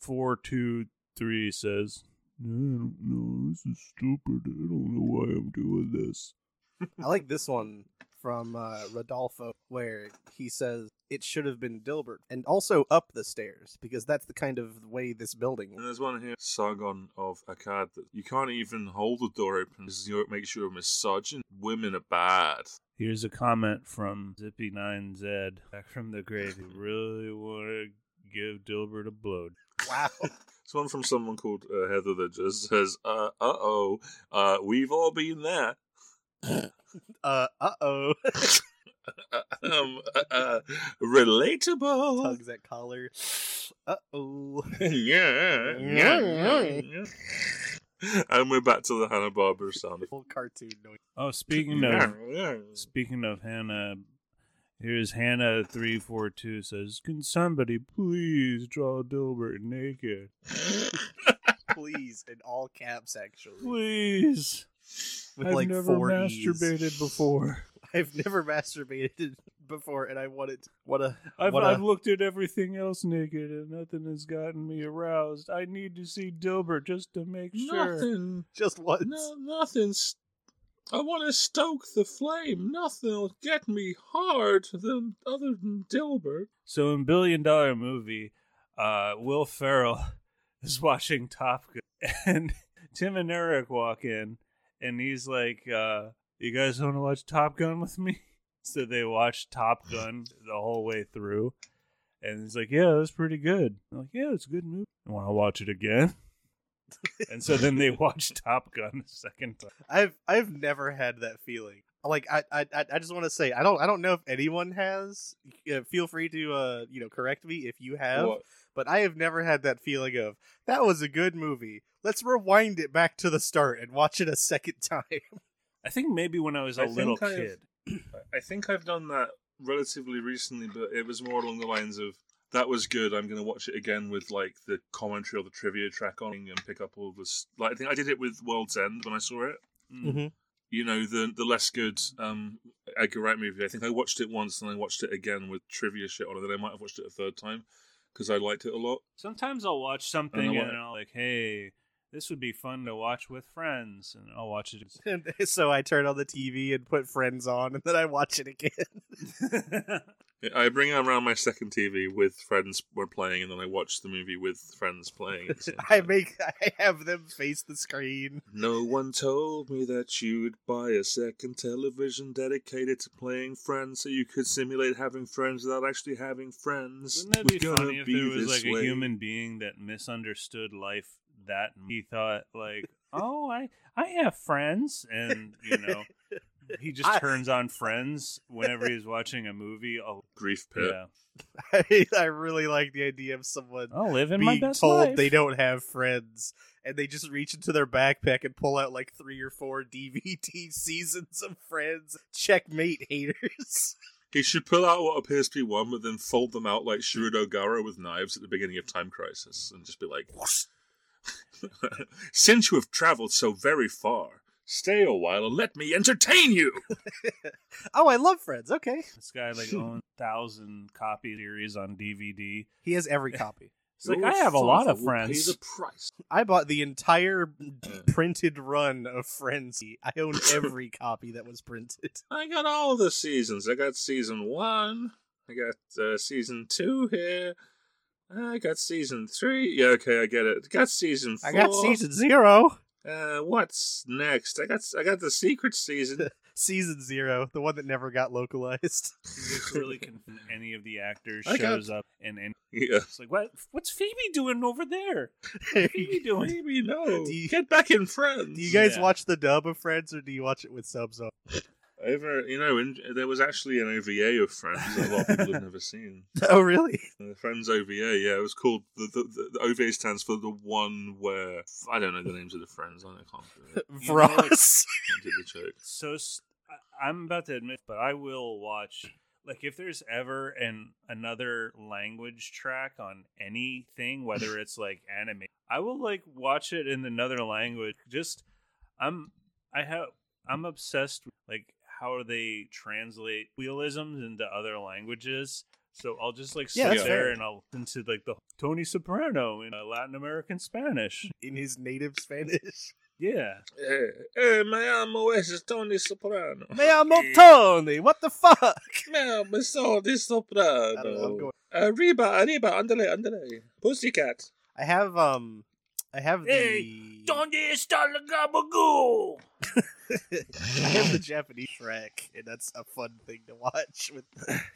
Speaker 3: four two three says, "I don't know. This is stupid. I don't know why I'm doing this."
Speaker 2: I like this one from uh, Rodolfo, where he says it should have been Dilbert, and also up the stairs because that's the kind of way this
Speaker 1: (laughs)
Speaker 2: building.
Speaker 1: And there's one here, Sargon of Akkad, that you can't even hold the door open because it makes you a misogynist. Women are bad.
Speaker 3: Here's a comment from Zippy Nine Zed back from the grave. You really want to give Dilbert a blow?
Speaker 2: Wow.
Speaker 1: It's one from someone called uh, Heather that just says, uh oh, uh, we've all been there.
Speaker 2: Uh (laughs) oh.
Speaker 1: um, uh, uh, relatable.
Speaker 2: Tugs at collar. Uh oh.
Speaker 1: yeah, yeah, yeah. And we're back to the Hanna Barbera sound. effect.
Speaker 2: (laughs) Full cartoon noise.
Speaker 3: Oh, speaking
Speaker 1: Yeah,
Speaker 3: of
Speaker 1: yeah.
Speaker 3: speaking of Hannah, here's Hannah three four two says, "Can somebody please draw Dilbert naked?
Speaker 2: Please, in all caps, actually.
Speaker 3: Please."
Speaker 2: With
Speaker 3: I've
Speaker 2: like
Speaker 3: never
Speaker 2: four E's.
Speaker 3: masturbated before.
Speaker 2: (laughs) I've never masturbated (laughs) before, and I want it. What a.
Speaker 3: I've,
Speaker 2: what a-
Speaker 3: I've looked at everything else naked and nothing has gotten me aroused. I need to see Dilbert just to make sure.
Speaker 1: Nothing,
Speaker 2: (laughs) just once.
Speaker 1: no, nothing's. I want to stoke the flame. Nothing'll get me hard than other than Dilbert.
Speaker 3: So in Billion Dollar Movie, uh, Will Ferrell (laughs) is watching Top Gun (laughs) and Tim and Eric walk in and he's like, uh, you guys want to watch Top Gun with me? (laughs) So they watch Top Gun the whole way through. And he's like, yeah, that's pretty good. I'm like, yeah, it's a good movie. I want to watch it again. (laughs) and so then they (laughs) watch Top Gun a second time.
Speaker 2: I've I've never had that feeling. Like I I I I just want to say I don't I don't know if anyone has. Uh, feel free to uh you know correct me if you have,
Speaker 1: What?
Speaker 2: but I have never had that feeling of that was a good movie. Let's rewind it back to the start and watch it a second (laughs) time.
Speaker 3: I think maybe when I was a
Speaker 1: I think
Speaker 3: little
Speaker 1: I have-
Speaker 3: kid.
Speaker 1: I think I've done that relatively recently, but it was more along the lines of that was good. I'm going to watch it again with like the commentary or the trivia track on and pick up all the s Like I think I did it with World's End when I saw it. Mm.
Speaker 2: Mhm.
Speaker 1: You know the the less good um, Edgar Wright movie. I think I watched it once and I watched it again with trivia shit on it. Then I might have watched it a third time because I liked it a lot.
Speaker 3: Sometimes I'll watch something
Speaker 1: And I
Speaker 3: and,
Speaker 1: want-
Speaker 3: I'll like, hey, this would be fun to watch with friends, and I'll watch it.
Speaker 2: (laughs)
Speaker 3: (laughs)
Speaker 2: And so I turn on the TV and put Friends on, and then I watch it again. (laughs)
Speaker 1: I bring around my second TV with friends were playing, and then I watch the movie with friends playing. at the same
Speaker 2: I
Speaker 1: time.
Speaker 2: make I have them face the screen. (laughs)
Speaker 1: No one told me that you'd buy a second television dedicated to playing friends so you could simulate having friends without actually having friends.
Speaker 3: Wouldn't that
Speaker 1: We're
Speaker 3: be
Speaker 1: gonna
Speaker 3: funny if there was
Speaker 1: this
Speaker 3: like a
Speaker 1: way.
Speaker 3: human being that misunderstood life that m- he thought like, oh, I I have friends, and you know, he just
Speaker 2: I-
Speaker 3: turns on Friends whenever he's watching a movie. I'll,
Speaker 1: grief pit?
Speaker 3: yeah,
Speaker 2: I, I really like the idea of someone
Speaker 3: I'll live in my
Speaker 2: being
Speaker 3: best
Speaker 2: told
Speaker 3: life.
Speaker 2: they don't have friends, and they just reach into their backpack and pull out like three or four DVD (laughs) seasons of Friends. Checkmate, haters. (laughs)
Speaker 1: He should pull out what appears to be one, but then fold them out like Shiro Gara with knives at the beginning of Time Crisis and just be like, "Whoosh." (laughs) Since you have traveled so very far, stay a while and let me entertain you!
Speaker 2: oh, I love Friends. Okay,
Speaker 3: (laughs) This guy like owns thousand copy series on DVD.
Speaker 2: he has every copy.
Speaker 3: It's like
Speaker 1: Your
Speaker 3: I have a lot
Speaker 1: father
Speaker 3: of
Speaker 1: will pay
Speaker 3: friends.
Speaker 1: the price.
Speaker 2: I bought the entire printed run of Friends. I own every copy that was printed.
Speaker 1: I got all the seasons. I got season one. I got uh, season two here. I got season three. Yeah, okay, I get it. Got season four.
Speaker 2: I got (laughs) season zero.
Speaker 1: Uh, what's next? I got I got the secret
Speaker 2: (laughs)
Speaker 1: season. (laughs)
Speaker 2: Season zero, the one that never got localized. (laughs)
Speaker 3: He gets
Speaker 1: (laughs)
Speaker 3: really confused. Any of the actors
Speaker 1: I got-
Speaker 3: shows up and, and
Speaker 1: yeah.
Speaker 3: it's like, what? What's Phoebe doing over there?
Speaker 2: do
Speaker 3: Phoebe doing?
Speaker 1: Maybe no.
Speaker 2: Do you-
Speaker 1: Get back in friends.
Speaker 2: you guys
Speaker 3: Yeah.
Speaker 2: watch the dub of Friends or do you watch it with subs on?
Speaker 1: Over, you know, in, there was actually an OVA of Friends that a lot of people have never
Speaker 2: (laughs)
Speaker 1: seen.
Speaker 2: (laughs) Oh, really?
Speaker 1: Uh, Friends OVA, yeah, it was called the, the, the, the OVA stands for the one where I don't know the names of the friends. I can't do it.
Speaker 3: You
Speaker 2: (laughs)
Speaker 3: know,
Speaker 2: Ross.
Speaker 1: I did the joke.
Speaker 3: so s- I- I'm about to admit, but I will watch. Like, if there's ever an another language track on
Speaker 2: (laughs)
Speaker 3: anything, whether it's like anime, I will like watch it in another language. Just I'm I have I'm obsessed with like how they translate wheelisms into other languages. So I'll just like sit
Speaker 2: Yeah,
Speaker 1: that's
Speaker 3: there
Speaker 2: fair.
Speaker 3: and I'll listen to like the Tony Soprano in uh, Latin American Spanish.
Speaker 2: in his native (laughs) Spanish.
Speaker 3: Yeah.
Speaker 1: Eh, eh, my amo es Tony Soprano.
Speaker 2: Me amo Tony. What the fuck?
Speaker 1: Me amo es Tony
Speaker 2: I don't know. I'm
Speaker 1: Soprano.
Speaker 2: going.
Speaker 1: Arriba, arriba, andale, andale. Pussycat.
Speaker 2: I have um, I have the.
Speaker 3: Hey, está la gabagool?
Speaker 2: I have the Japanese Shrek, and that's a fun thing to watch with.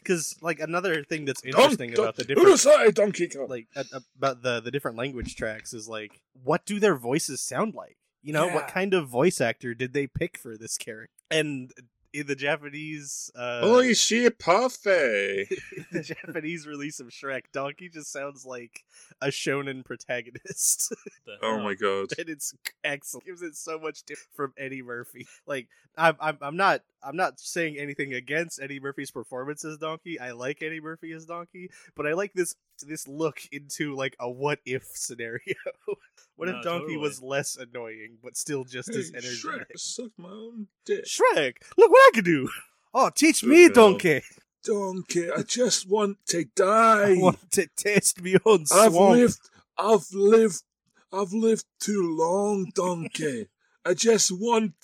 Speaker 2: Because like another thing that's interesting about the different
Speaker 1: Urusai, Donkey Kong.
Speaker 2: like a, a- about the the different language tracks is like what do their voices sound like you know what
Speaker 3: Yeah.
Speaker 2: kind of voice actor did they pick for this character and in the japanese uh
Speaker 1: Oh,
Speaker 2: (laughs)
Speaker 1: Oishi parfait.
Speaker 2: the japanese release of shrek donkey just sounds like a shonen protagonist
Speaker 3: The
Speaker 1: Oh
Speaker 3: hell?
Speaker 1: my god.
Speaker 2: (laughs) and it's excellent gives it so much different from eddie murphy like I'm, I'm i'm not i'm not saying anything against eddie murphy's performance as donkey i like eddie murphy as donkey but i like this this look into like a what if scenario (laughs) what
Speaker 3: No,
Speaker 2: if donkey
Speaker 3: totally.
Speaker 2: was less annoying but still just
Speaker 1: Hey,
Speaker 3: (laughs)
Speaker 2: as energetic
Speaker 1: Shrek, suck my own dick.
Speaker 2: shrek look what i can do oh teach
Speaker 1: Good
Speaker 2: me
Speaker 1: girl.
Speaker 2: donkey
Speaker 1: Donkey, I just want to
Speaker 2: i
Speaker 1: die.
Speaker 2: want to test me on
Speaker 1: I've
Speaker 2: swamp
Speaker 1: lived, I've lived, I've lived too long, donkey. I just want,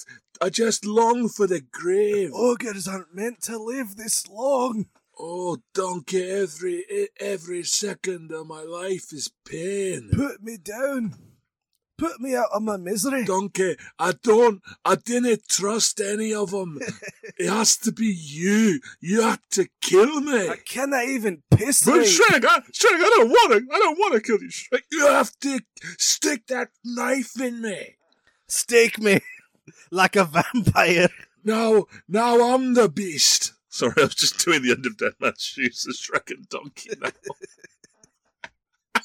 Speaker 1: I just long for the grave. Oh,
Speaker 2: ogres aren't meant to live this long
Speaker 1: Oh, donkey, every e- every second of my life is pain.
Speaker 2: put me down put me out of my misery
Speaker 1: Donkey, I don't, I didn't trust any of them. it has to be you. You had to kill me.
Speaker 2: I cannot even piss
Speaker 1: But
Speaker 2: me.
Speaker 1: Shrek, I, Shrek, I don't want to, I don't want to kill you, Shrek. You have to stick that knife in me.
Speaker 2: Stake me (laughs) like a vampire. (laughs)
Speaker 1: Now, now I'm the beast. Sorry, I was just doing the end of Deathmatch shoes as Shrek and Donkey now.
Speaker 2: I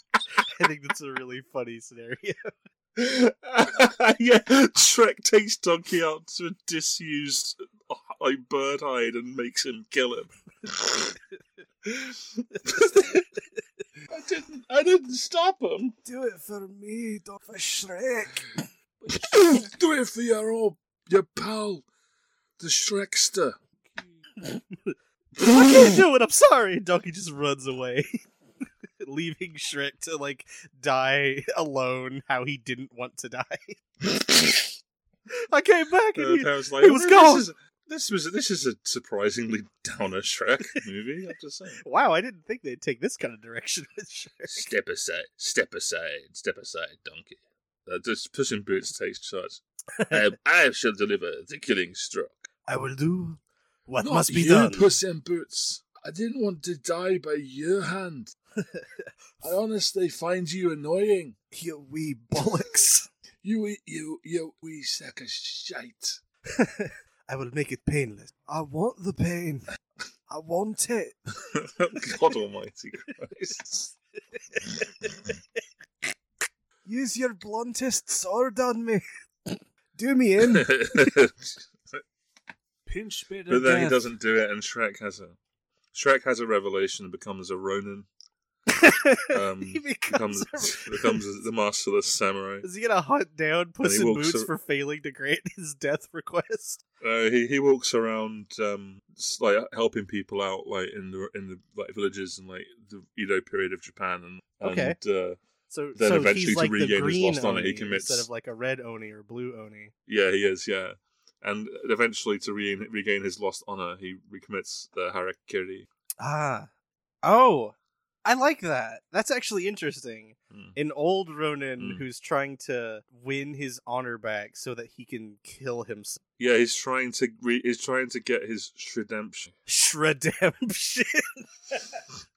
Speaker 2: think that's a really funny scenario. (laughs)
Speaker 1: (laughs) yeah, Shrek takes Donkey out to a disused like bird hide and makes him kill him. (laughs) I didn't. I didn't stop him.
Speaker 4: Do it for me, Dr. Shrek.
Speaker 1: (coughs) Do it for your old your pal, the
Speaker 2: (laughs)
Speaker 1: Shrekster.
Speaker 2: I can't do it. I'm sorry. Donkey just runs away, (laughs) leaving Shrek to like die alone. How he didn't want to die. (laughs) I came back and he,
Speaker 1: I was like,
Speaker 2: he was
Speaker 1: "Well,
Speaker 2: gone."
Speaker 1: This is, this was this is a surprisingly downer Shrek movie. I'm just saying.
Speaker 2: wow, I didn't think they'd take this kind of direction with Shrek.
Speaker 1: Step aside, step aside, step aside, donkey. Uh, just Puss in Boots takes charge.
Speaker 4: (laughs)
Speaker 1: I, I shall deliver the killing stroke.
Speaker 4: (laughs) I will do what
Speaker 1: Not
Speaker 4: must be
Speaker 1: you,
Speaker 4: done.
Speaker 1: Puss in Boots. I didn't want to die by your
Speaker 4: (laughs)
Speaker 1: hand. I honestly find you annoying.
Speaker 4: You wee bollocks.
Speaker 1: You eat you you wee sack of shite.
Speaker 4: I will make it painless. I want the pain. I want it.
Speaker 1: (laughs) God Almighty (laughs) Christ!
Speaker 4: Use your bluntest sword on me. Do me in.
Speaker 1: but
Speaker 3: Pinch bit of
Speaker 1: then he
Speaker 3: death.
Speaker 1: doesn't do it, and Shrek has a Shrek has a revelation and becomes a
Speaker 4: (laughs)
Speaker 1: Ronin. Um,
Speaker 2: (laughs) He becomes. (laughs)
Speaker 1: becomes (laughs) becomes the masterless samurai.
Speaker 2: is he gonna hunt down Puss
Speaker 1: he
Speaker 2: in
Speaker 1: walks
Speaker 2: Boots
Speaker 1: ar-
Speaker 2: for failing to grant his death request?
Speaker 1: Uh, he he walks around um s- like helping people out like in the in the like villages and like the Edo period of Japan and
Speaker 2: Okay.
Speaker 1: and, uh,
Speaker 2: So,
Speaker 1: Then
Speaker 2: so
Speaker 1: eventually
Speaker 2: he's
Speaker 1: to
Speaker 2: like the
Speaker 1: regain his
Speaker 2: green
Speaker 1: lost honor,
Speaker 2: oni
Speaker 1: he commits-
Speaker 2: instead of like a red oni or blue oni.
Speaker 1: yeah he is yeah and eventually to re- regain his lost honor he recommits the harakiri.
Speaker 2: Ah. Oh. I like that. That's actually interesting.
Speaker 1: Mm.
Speaker 2: An old Ronin
Speaker 1: Mm.
Speaker 2: who's trying to win his honor back so that he can kill himself.
Speaker 1: Yeah, he's trying to re- he's trying to get his
Speaker 2: (laughs)
Speaker 1: redemption.
Speaker 2: Shredemption.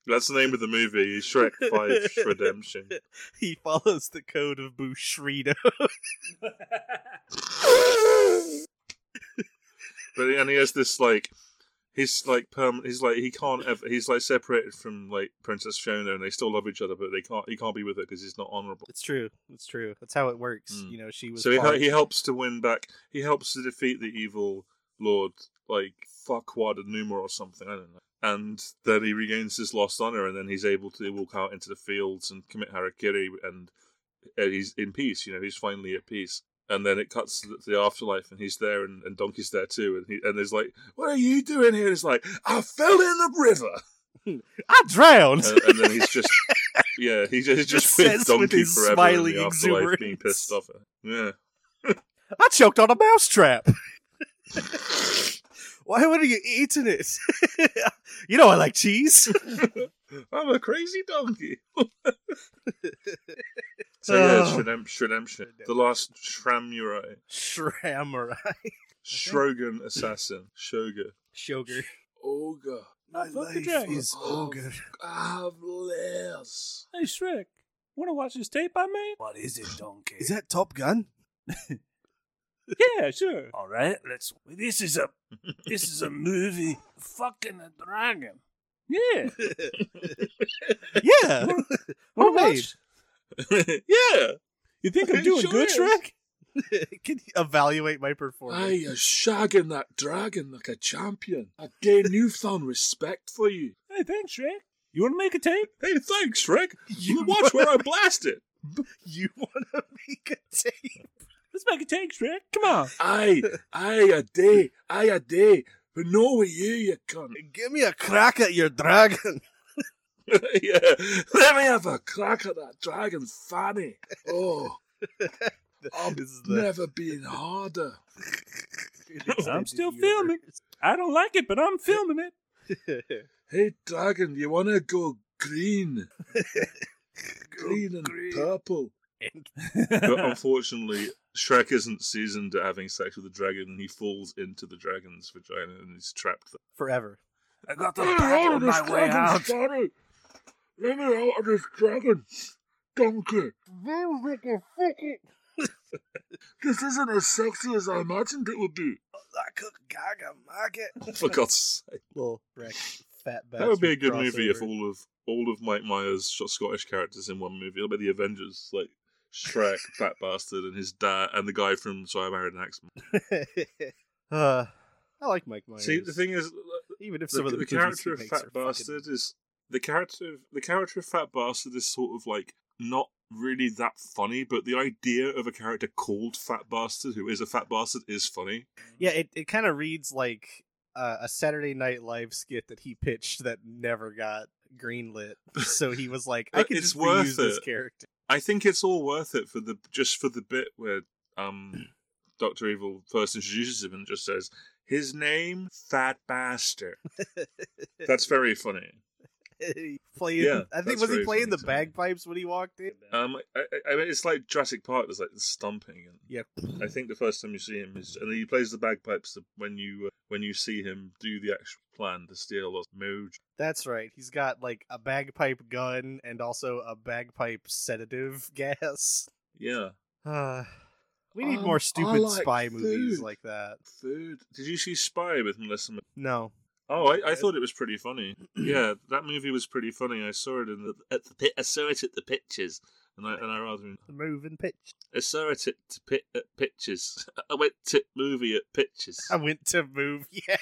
Speaker 1: That's the name of the movie. Shrek
Speaker 2: (laughs)
Speaker 1: Five Redemption.
Speaker 2: he follows the code of Bushido.
Speaker 1: (laughs) But and he has this like he's like permanent. He's like he can't ever. He's like separated from like Princess Fiona, and they still love each other, but they can't. He can't be with her because he's not honorable.
Speaker 2: (laughs) It's true. It's true. That's how it works.
Speaker 1: Mm.
Speaker 2: You know, she was
Speaker 1: So he,
Speaker 2: part-
Speaker 1: he helps to win back. He helps to defeat the evil lord, like Farquaad and Numa or something. I don't know. And then he regains his lost honor, and then he's able to walk out into the fields and commit harakiri, and and he's in peace. You know, he's finally at peace. And then it cuts to the afterlife, and he's there, and, and Donkey's there too, and he and there's like, "What are you doing here?" And he's like, "I fell in the
Speaker 2: (laughs)
Speaker 1: river,"
Speaker 2: I drowned.
Speaker 1: and, and then he's just, yeah, he's just, he's just,
Speaker 2: Just
Speaker 1: with
Speaker 2: says
Speaker 1: Donkey
Speaker 2: with his
Speaker 1: forever
Speaker 2: smiling
Speaker 1: in the afterlife, being
Speaker 2: exuberance.
Speaker 1: pissed off. at- Yeah,
Speaker 2: I choked on a mousetrap. (laughs) Why were you eating it? (laughs) you know I like cheese.
Speaker 1: I'm a crazy donkey. so yeah, it's
Speaker 2: Oh.
Speaker 1: Shredem- Shredemption, the last Shramurai,
Speaker 2: Shramurai.
Speaker 1: Shogun assassin, Shogun.
Speaker 2: Sugar.
Speaker 1: Ogre,
Speaker 4: My
Speaker 3: Fuck the
Speaker 4: life
Speaker 3: dragon.
Speaker 4: is ogre.
Speaker 1: I have less.
Speaker 3: Hey Shrek, want to watch this tape I made?
Speaker 4: What is it, donkey? Is that Top Gun?
Speaker 3: (laughs) Yeah, sure. All right, let's. This is a this is (laughs) a movie. Fucking a dragon. (laughs) Yeah.
Speaker 2: yeah.
Speaker 3: Wanna
Speaker 2: Mermaid.
Speaker 3: watch?
Speaker 1: (laughs) yeah,
Speaker 3: You think (laughs) I'm
Speaker 1: It
Speaker 3: doing
Speaker 1: sure
Speaker 3: good,
Speaker 1: is.
Speaker 3: Shrek?
Speaker 2: (laughs) Can you evaluate my performance?
Speaker 1: I are shagging that dragon like a champion. I gain newfound respect for you.
Speaker 3: Hey, thanks, Shrek. You want to make a tape?
Speaker 1: Hey, thanks, Shrek.
Speaker 2: You (laughs)
Speaker 1: You (laughs) watch where I blast it.
Speaker 2: You want to make a tape? (laughs)
Speaker 3: Let's make a tape, Shrek. Come on.
Speaker 1: Aye, aye a day, aye a day. But no with you, you cunt.
Speaker 2: Give me a crack at
Speaker 4: (laughs)
Speaker 2: your dragon.
Speaker 1: (laughs) yeah. Let me have a crack at that dragon fanny. Oh, I've
Speaker 2: This is the- (laughs)
Speaker 1: never been harder.
Speaker 3: I'm still filming. I don't like it, but I'm filming (laughs) it.
Speaker 1: Hey, dragon, you want to go (laughs) green? green and purple. (laughs) But unfortunately, Shrek isn't seasoned at having sex with a dragon, and he falls into the dragon's vagina and he's trapped there.
Speaker 2: (laughs) Forever.
Speaker 4: I got
Speaker 3: (laughs)
Speaker 1: fanny. Let me out of this dragon, donkey. (laughs) This isn't as sexy as I imagined it would be.
Speaker 4: I cook gaga maggot.
Speaker 1: (laughs) For God's sake.
Speaker 2: Little wreck. Fat
Speaker 1: That would be a good movie if all of all of Mike Myers' Sh- Scottish characters in one movie. It'll be the Avengers, like (laughs) Shrek, Fat Bastard, and his dad, and the guy from So I Married an Axeman.
Speaker 2: (laughs) uh, I like Mike Myers.
Speaker 1: See, the thing is,
Speaker 2: even if
Speaker 1: the, uh,
Speaker 2: some of the,
Speaker 1: the
Speaker 2: movies he
Speaker 1: character of
Speaker 2: makes
Speaker 1: Fat
Speaker 2: are fucking-
Speaker 1: Bastard is the character of, the character of Fat Bastard is sort of like not really that funny, but the idea of a character called Fat Bastard who is a fat bastard is funny.
Speaker 2: Yeah, it, it kind of reads like uh, a Saturday Night Live skit that he pitched that never got greenlit. So he was
Speaker 1: (laughs)
Speaker 2: like, I
Speaker 1: But
Speaker 2: could
Speaker 1: it's
Speaker 2: just
Speaker 1: worth
Speaker 2: reuse this
Speaker 1: it.
Speaker 2: character.
Speaker 1: I think it's all worth it for the just for the bit where um Doctor Evil first introduces him and just says his name Fat Bastard.
Speaker 2: (laughs)
Speaker 1: That's very funny.
Speaker 2: playing.
Speaker 1: Yeah,
Speaker 2: I think
Speaker 1: that's
Speaker 2: was he
Speaker 1: very
Speaker 2: playing
Speaker 1: funny
Speaker 2: the
Speaker 1: to me.
Speaker 2: bagpipes when he walked in?
Speaker 1: Um, I, I- I mean, it's like Jurassic Park. There's like the stomping, and
Speaker 2: Yep.
Speaker 1: I think the first time you see him is, and he plays the bagpipes when you uh, when you see him do the actual plan to steal Lost Mojo.
Speaker 2: That's right. He's got like a bagpipe gun and also a bagpipe sedative (laughs) gas. (sighs)
Speaker 1: Yeah,
Speaker 2: Uh, we need
Speaker 1: Um, I
Speaker 2: more stupid
Speaker 1: like
Speaker 2: spy movies
Speaker 1: food.
Speaker 2: like that.
Speaker 1: food. Did you see Spy with Melissa? Mc-
Speaker 2: No.
Speaker 1: Oh, I, I thought it was pretty
Speaker 2: (clears throat)
Speaker 1: funny. Yeah, that movie was pretty funny. I saw it in the at the pit. I saw it at the pictures, and I and I rather
Speaker 2: The move and pitch.
Speaker 1: I saw it at, to pit, at pictures. (laughs) I went to movie at pictures.
Speaker 2: I went to move. (laughs) Yeah.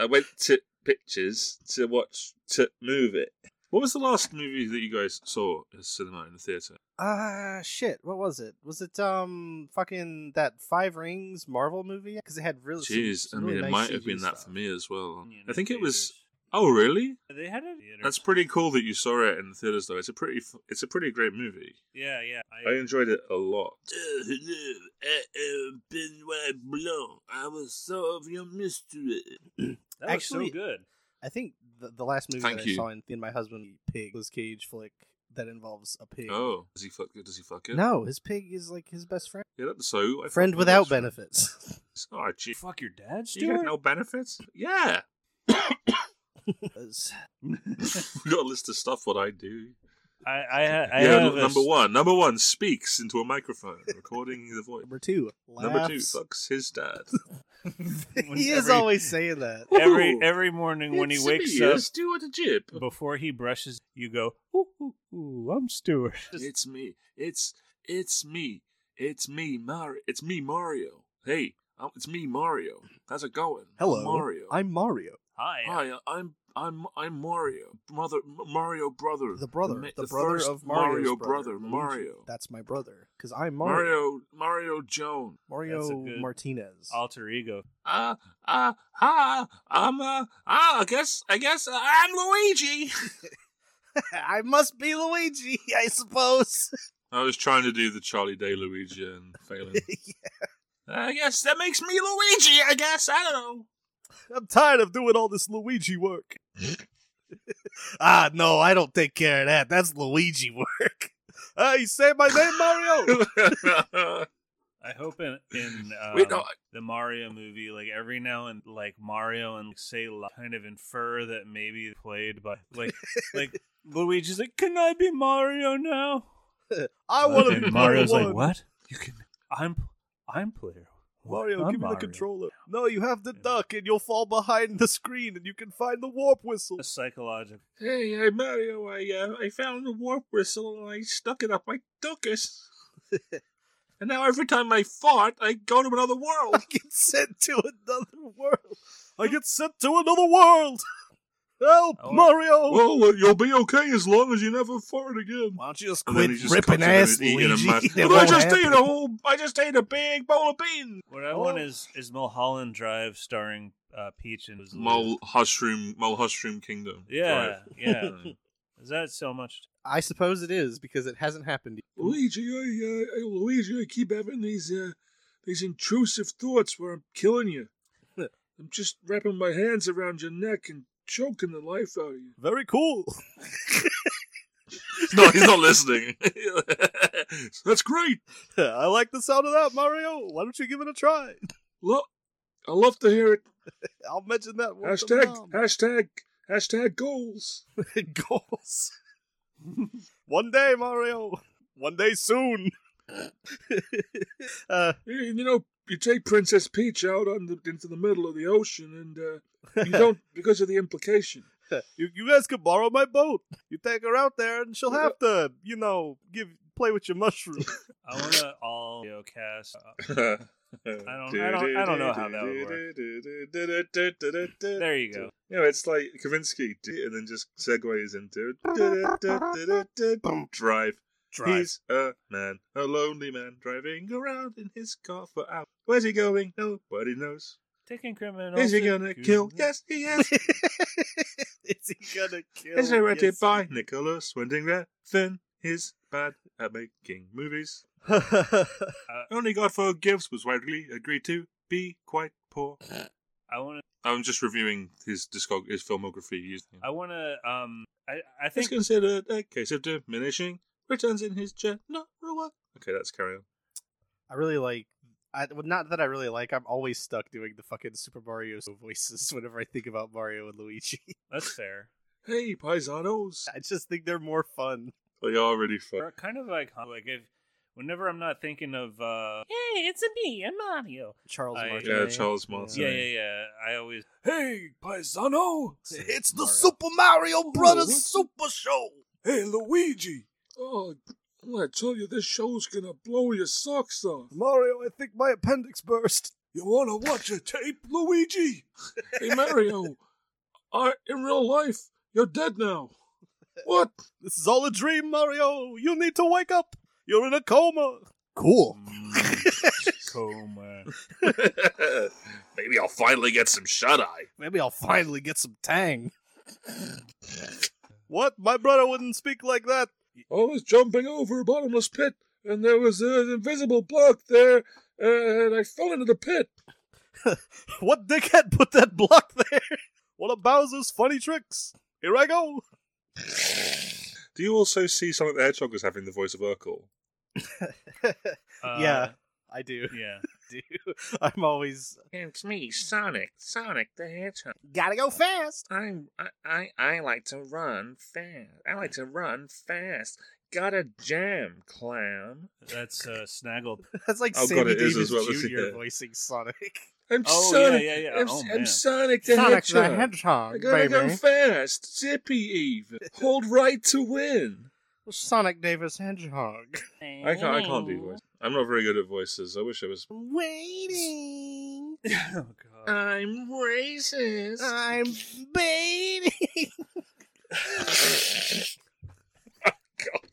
Speaker 1: I went to pictures to watch to move it. What was the last movie that you guys saw at the cinema in the theater?
Speaker 2: Ah, shit. What was it? Was it um fucking that Five Rings Marvel movie? Because it had really. some-
Speaker 1: Jeez, I
Speaker 2: some
Speaker 1: mean,
Speaker 2: really
Speaker 1: it
Speaker 2: nice
Speaker 1: might have
Speaker 2: CG
Speaker 1: been that
Speaker 2: stuff.
Speaker 1: for me as well.
Speaker 3: Yeah,
Speaker 1: I think it was.
Speaker 3: theaters.
Speaker 1: Oh, really?
Speaker 3: They had a theater.
Speaker 1: That's pretty cool that you saw it in the theaters, though. It's a pretty, f- it's a pretty great movie.
Speaker 3: Yeah, yeah.
Speaker 1: I enjoyed it
Speaker 5: (laughs)
Speaker 1: a lot.
Speaker 5: Benoit Blanc, I will solve your mystery.
Speaker 3: that
Speaker 2: actually-
Speaker 3: was so good.
Speaker 2: I think the, the last movie
Speaker 1: Thank
Speaker 2: that I
Speaker 1: you.
Speaker 2: saw in, in my husband pig was Cage flick that involves a pig.
Speaker 1: Oh, does he fuck it? Does he fuck it?
Speaker 2: No, his pig is like his best friend.
Speaker 1: Yeah, that's so. I
Speaker 2: friend
Speaker 1: fucking
Speaker 2: without
Speaker 1: lost it.
Speaker 2: benefits. (laughs)
Speaker 1: Oh, gee.
Speaker 3: Fuck your dad,
Speaker 1: You get
Speaker 3: Stuart.
Speaker 1: no benefits?
Speaker 3: (laughs)
Speaker 1: Yeah. (laughs) We've got a list of stuff what I do.
Speaker 3: I, I, ha- I
Speaker 1: yeah,
Speaker 3: have
Speaker 1: look,
Speaker 3: a
Speaker 1: number
Speaker 3: (laughs) s-
Speaker 1: one. Number one speaks into a microphone, recording the
Speaker 3: (laughs)
Speaker 1: voice.
Speaker 2: Number two,
Speaker 1: Number two
Speaker 2: laughs.
Speaker 1: fucks his dad.
Speaker 2: (laughs) he is
Speaker 3: Every-
Speaker 2: always
Speaker 1: (laughs)
Speaker 2: saying that.
Speaker 3: every
Speaker 1: Ooh,
Speaker 3: every morning when he
Speaker 1: it's
Speaker 3: wakes
Speaker 1: me,
Speaker 3: up.
Speaker 1: it's Stuart the Jib.
Speaker 3: Before he brushes, you go, ooh, ooh, ooh I'm Stuart.
Speaker 1: It's me. It's it's me. It's me, Mario. It's me, Mario. Hey, i it's me, Mario. How's it going? I'm
Speaker 2: Hello,
Speaker 1: Mario.
Speaker 2: I'm Mario,
Speaker 3: Hi.
Speaker 1: Hi, I'm I'm I'm Mario, brother Mario brother,
Speaker 2: the brother,
Speaker 1: ma-
Speaker 2: the, brother
Speaker 1: first
Speaker 2: of Mario's
Speaker 1: Mario
Speaker 2: brother, Luigi.
Speaker 1: Mario,
Speaker 2: That's my brother, because I'm Mario.
Speaker 1: Mario Mario Joan.
Speaker 2: Mario,
Speaker 3: That's a good-
Speaker 2: Martinez.
Speaker 3: Alter ego.
Speaker 1: Uh, uh, hi, I'm uh, ah, I guess I guess uh, I'm Luigi.
Speaker 2: I must be Luigi, (laughs) I suppose.
Speaker 1: I was trying to do the Charlie Day Luigi and
Speaker 2: (laughs)
Speaker 1: failing. I guess that makes me Luigi. I guess I don't know.
Speaker 2: (laughs) I'm tired of doing all this Luigi work. (laughs) ah, no, I don't take care of that. That's Luigi work. (laughs) Ah, you say my name, Mario. (laughs)
Speaker 3: I hope in, in um,
Speaker 1: Wait, no, I-
Speaker 3: the Mario movie, like every now and like Mario and say li- kind of infer that maybe played by like
Speaker 2: (laughs)
Speaker 3: like Luigi's like, can I be Mario now?
Speaker 1: (laughs)
Speaker 2: I want to
Speaker 3: And
Speaker 2: be
Speaker 3: Mario's
Speaker 2: Mario
Speaker 3: like,
Speaker 2: one.
Speaker 3: what? You can? I'm I'm player. one.
Speaker 2: Mario,
Speaker 3: I'm
Speaker 2: give me
Speaker 3: Mario."
Speaker 2: the controller. No, you have the duck, and you'll fall behind the screen, and you can find the warp whistle.
Speaker 3: A psychological.
Speaker 1: Hey, hey, Mario, I, uh, I found a warp whistle and I stuck it up my
Speaker 2: (laughs)
Speaker 1: duckus. and now every time I fart, I go to another
Speaker 2: I (laughs)
Speaker 1: world.
Speaker 2: (laughs) get sent to another world. I get sent to another world. (laughs) Help,
Speaker 3: Oh.
Speaker 2: Mario!
Speaker 1: well, uh, you'll be okay as long as you never fart again.
Speaker 2: Why don't you just
Speaker 1: And then
Speaker 2: quit
Speaker 1: he just
Speaker 2: ripping
Speaker 1: comes in and
Speaker 2: ass,
Speaker 1: eat in a
Speaker 2: Luigi?
Speaker 1: mess.
Speaker 2: (laughs) That
Speaker 1: But I
Speaker 2: won't
Speaker 1: just
Speaker 2: happen.
Speaker 1: ate a whole, I just ate a big bowl of beans.
Speaker 3: What I
Speaker 2: Oh.
Speaker 3: want is is Mulholland Drive starring uh, Peach and
Speaker 1: Mole Hushroom, Mole Hushroom Kingdom.
Speaker 3: Yeah, yeah.
Speaker 1: Right.
Speaker 3: Is that so much?
Speaker 2: I suppose it is because it hasn't happened.
Speaker 1: Luigi, I, uh, I- Luigi, I keep having these uh, these intrusive thoughts where I'm killing (laughs) you. I'm just wrapping my hands around your neck and choking the life out of you.
Speaker 2: Very cool.
Speaker 1: (laughs)
Speaker 2: (laughs)
Speaker 1: No, he's not listening. (laughs) That's great.
Speaker 2: I like the sound of that, Mario. Why don't you give it a try? (laughs)
Speaker 1: Look, I love to hear it.
Speaker 2: I'll mention that. With the
Speaker 1: Hashtag,
Speaker 2: mom.
Speaker 1: hashtag, hashtag goals.
Speaker 2: (laughs) goals. One day, Mario. One day (laughs) soon. uh,
Speaker 1: You you know, you take Princess Peach out on the, into the middle of the ocean, and (laughs) uh, you don't because of the implication.
Speaker 2: you, you guys could borrow my boat. You take her out there, and she'll have to, (laughs) you know, give play with your mushroom.
Speaker 3: I want to all video cast uh, I don't- I don't- I don't know how that would
Speaker 1: work.
Speaker 3: There you go.
Speaker 1: You know, it's like Kavinsky, d- and then just segues into drive. drive. He's a man, a lonely man, driving around in his car for hours. Where's he going? Nobody knows.
Speaker 3: Taking criminals.
Speaker 1: Is he
Speaker 3: to
Speaker 1: gonna
Speaker 3: goon-
Speaker 1: kill? Yes, he is.
Speaker 2: Is he gonna kill?
Speaker 1: It's directed
Speaker 2: yes.
Speaker 1: by Nicholas Winding Refn. He's bad at making movies.
Speaker 3: (laughs)
Speaker 1: Only God forgives was widely agreed to be quite poor.
Speaker 3: I want to.
Speaker 1: I'm just reviewing his discog- his filmography. Using
Speaker 3: I want to. Um. I. I
Speaker 1: It's
Speaker 3: think.
Speaker 1: considered a case of diminishing returns in his general. Okay, that's carry on.
Speaker 2: I really like. I, well, not that I really like. I'm always stuck doing the fucking Super Mario (laughs) voices whenever I think about Mario and Luigi. (laughs)
Speaker 3: That's
Speaker 1: (laughs)
Speaker 3: fair.
Speaker 1: Hey, paisanos!
Speaker 2: I just think they're more fun.
Speaker 1: They are really fun.
Speaker 3: They're kind of like like if whenever I'm not thinking of uh hey it's a me and Mario
Speaker 2: Charles
Speaker 3: I-
Speaker 2: Martinet.
Speaker 1: Yeah, Charles Martinet.
Speaker 3: yeah yeah yeah I always
Speaker 1: (laughs)
Speaker 5: Hey, paisano!
Speaker 2: It's the
Speaker 5: Super Mario
Speaker 1: Brothers
Speaker 5: Super Show! Hey, Luigi!
Speaker 1: Oh, I tell you, this show's gonna blow your socks off.
Speaker 2: Mario, I think my appendix burst.
Speaker 5: You wanna watch a tape, Luigi? (laughs)
Speaker 1: Hey, Mario, I in real life, you're dead now. What?
Speaker 2: This is all a dream, Mario. You need to wake up. You're in a coma. Cool.
Speaker 3: coma
Speaker 1: (laughs) Maybe I'll finally get some shut eye.
Speaker 2: Maybe I'll finally get some
Speaker 1: (laughs)
Speaker 2: tang. what? My brother wouldn't speak like that.
Speaker 1: I was jumping over a bottomless pit, and there was an invisible block there, uh, and I fell into the pit.
Speaker 2: What dickhead put that block (laughs) there? What of Bowser's funny tricks? Here
Speaker 1: (laughs)
Speaker 2: I go.
Speaker 1: Do you also see Sonic the Hedgehog as having the voice of Urkel?
Speaker 3: Uh,
Speaker 2: yeah, I do.
Speaker 3: yeah
Speaker 2: do. (laughs) I'm always
Speaker 1: It's me, Sonic. Sonic the Hedgehog.
Speaker 2: gotta go fast. (laughs)
Speaker 1: I'm, I, I, I like to run fast. I like to run fast. Got a jam, clam.
Speaker 3: that's uh
Speaker 1: (laughs)
Speaker 3: Snaggle
Speaker 2: That's like
Speaker 1: Oh,
Speaker 2: Sammy
Speaker 1: God, it is
Speaker 2: Davis
Speaker 1: as well, isn't
Speaker 2: Jr.
Speaker 1: it? (laughs)
Speaker 2: voicing Sonic.
Speaker 1: I'm
Speaker 3: Oh,
Speaker 1: Sonic.
Speaker 3: yeah, yeah, yeah.
Speaker 1: I'm,
Speaker 3: Oh,
Speaker 1: I'm
Speaker 3: man.
Speaker 1: Sonic the Hedgehog. I
Speaker 2: Hedgehog,
Speaker 1: gotta go fast. Zippy
Speaker 3: (laughs)
Speaker 1: Eve. Hold right to win.
Speaker 2: (laughs) Sonic Davis Hedgehog. (laughs)
Speaker 1: I can't, I can't do voice. I'm not very good at voices. I wish I was.
Speaker 2: Waiting.
Speaker 1: (laughs)
Speaker 3: oh god
Speaker 1: I'm racist. (laughs)
Speaker 2: I'm (laughs) waiting.
Speaker 1: (laughs) God.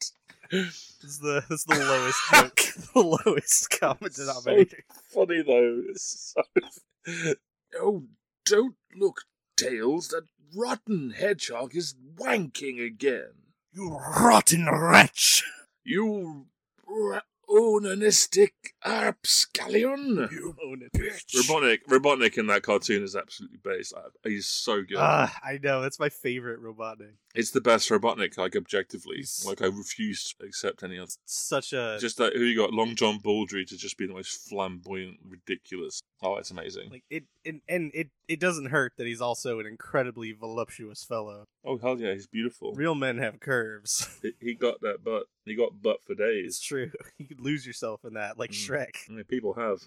Speaker 2: This is the this is the
Speaker 1: (laughs)
Speaker 2: lowest joke, (laughs) the lowest common denominator.
Speaker 1: funny though. It's so... (laughs) oh, don't look, Tails. That rotten hedgehog is wanking again.
Speaker 2: You rotten wretch!
Speaker 1: You ra- onanistic arpscallion.
Speaker 2: You own it.
Speaker 1: Robotnik, Robotnik in that cartoon is absolutely based. He's so good.
Speaker 2: Ah, I know that's my favorite Robotnik.
Speaker 1: it's the best Robotnik, like objectively.
Speaker 2: He's- Uh,
Speaker 1: Like I refuse to accept any other.
Speaker 2: Such a
Speaker 1: Just that who you got, Long John Baldry, to just be the most flamboyant, ridiculous. Oh, it's amazing.
Speaker 2: like it, and, and it it doesn't hurt that he's also an incredibly voluptuous fellow.
Speaker 1: oh hell yeah, he's beautiful.
Speaker 2: Real men have curves. (laughs)
Speaker 1: He- He got that butt. He got butt for
Speaker 2: It's
Speaker 1: days.
Speaker 2: (laughs) true. You could lose yourself in that, like
Speaker 1: Mm.
Speaker 2: Shrek. (laughs)
Speaker 1: I mean, people have.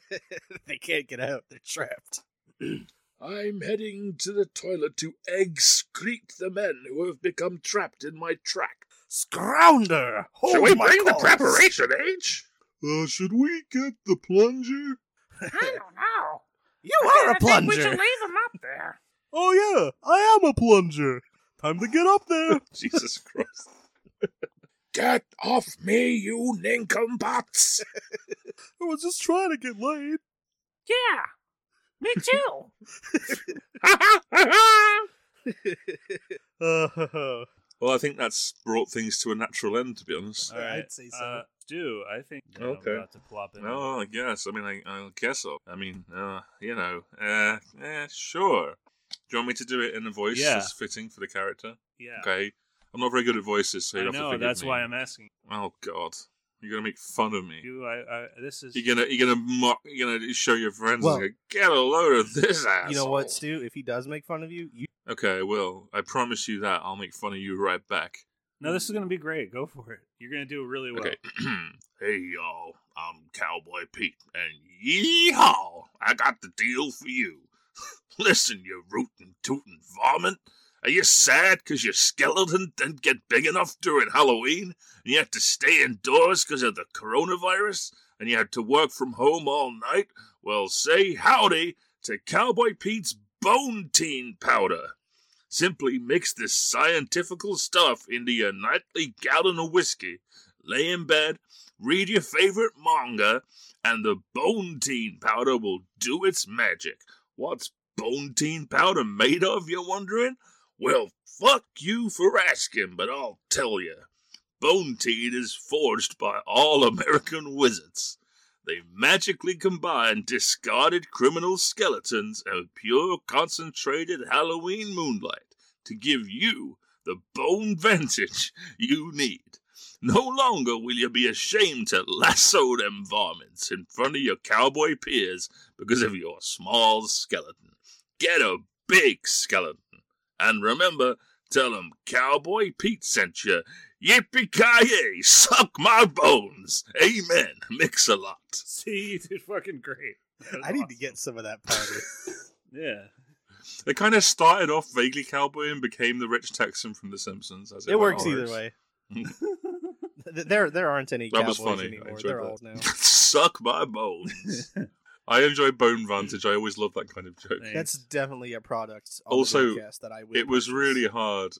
Speaker 1: (laughs)
Speaker 2: they can't get out. They're trapped. (laughs)
Speaker 1: I'm heading to the toilet to excrete the men who have become trapped in my track.
Speaker 2: Scrounder!
Speaker 1: Shall
Speaker 2: Hold my calls.
Speaker 1: age? Oh Uh, should we get the plunger?
Speaker 2: You are a plunger. Oh yeah, I am a plunger. Time to get up there. (laughs)
Speaker 1: Jesus Christ. Get off me, you nincompoops!
Speaker 2: I was just trying to get laid.
Speaker 1: (laughs)
Speaker 2: Uh, (laughs)
Speaker 1: well, I think that's brought things to a natural end, to be honest.
Speaker 3: all right
Speaker 2: I'd say so.
Speaker 3: uh, do I think that
Speaker 1: Okay.
Speaker 3: I'm about to plop in
Speaker 1: No, I guess. I mean, I, I guess so. I mean, uh, you know, uh, eh, sure. Do you want me to do it in a voice
Speaker 3: Yeah.
Speaker 1: that's fitting for the character?
Speaker 3: yeah
Speaker 1: Okay. I'm not very good at voices, so you
Speaker 3: I
Speaker 1: have to
Speaker 3: know
Speaker 1: forgive
Speaker 3: that's
Speaker 1: me.
Speaker 3: why I'm asking
Speaker 1: Oh God, you're gonna make fun of me.
Speaker 3: you I, I this is
Speaker 1: You're gonna, you're gonna mock. You're gonna show your friends.
Speaker 2: Well-
Speaker 1: and go, get a load of this asshole.
Speaker 2: you know what, Stu? If he does make fun of you, you
Speaker 1: Okay, I will. I promise you that. I'll make fun of you right back.
Speaker 3: no this is gonna be great go for it you're gonna do really well
Speaker 1: Okay.
Speaker 3: (clears throat)
Speaker 1: hey y'all, I'm Cowboy Pete, and yeehaw! I got the deal for you. (laughs) Listen, you rootin' tootin' varmint. Are you sad 'cause your skeleton didn't get big enough during Halloween and you have to stay indoors 'cause of the coronavirus? and you had to work from home all night? Well, say howdy to Cowboy Pete's Bone Teen Powder. Simply mix this scientifical stuff into your nightly gallon of whiskey, lay in bed, read your favorite manga, and the Bone Teen Powder will do its magic. What's Bone Teen Powder made of, you're wondering? Well, fuck you for asking, but I'll tell you. Bone Teen is forged by all American wizards. They magically combine discarded criminal skeletons and pure concentrated Halloween moonlight to give you the bone vantage you need. No longer will you be ashamed to lasso them varmints in front of your cowboy peers because of your small skeleton. Get a big skeleton. And remember, tell 'em Cowboy Pete sent you. Yippee-ki-yay, suck my bones. Amen. Mix a lot.
Speaker 3: (laughs) See, you did fucking great. That was
Speaker 2: I need to
Speaker 3: awesome.
Speaker 2: get some of
Speaker 3: (laughs)
Speaker 2: that powder.
Speaker 3: Yeah.
Speaker 1: It kind of started off vaguely cowboy and became the rich Texan from The Simpsons. As it, Oh,
Speaker 2: it works
Speaker 1: went
Speaker 2: either
Speaker 1: on.
Speaker 2: way.
Speaker 3: (laughs)
Speaker 2: Th- there, there aren't any
Speaker 1: That was
Speaker 2: cowboys
Speaker 1: funny. I
Speaker 2: anymore.
Speaker 1: enjoyed
Speaker 2: They're
Speaker 1: that.
Speaker 2: old now.
Speaker 1: (laughs) Suck my bones. I enjoy Bone Vantage. I always love that kind of joke.
Speaker 3: Thanks.
Speaker 2: That's definitely a product. On
Speaker 1: Also,
Speaker 2: the podcast that I would
Speaker 1: It was
Speaker 2: purchase. (laughs)
Speaker 1: really hard.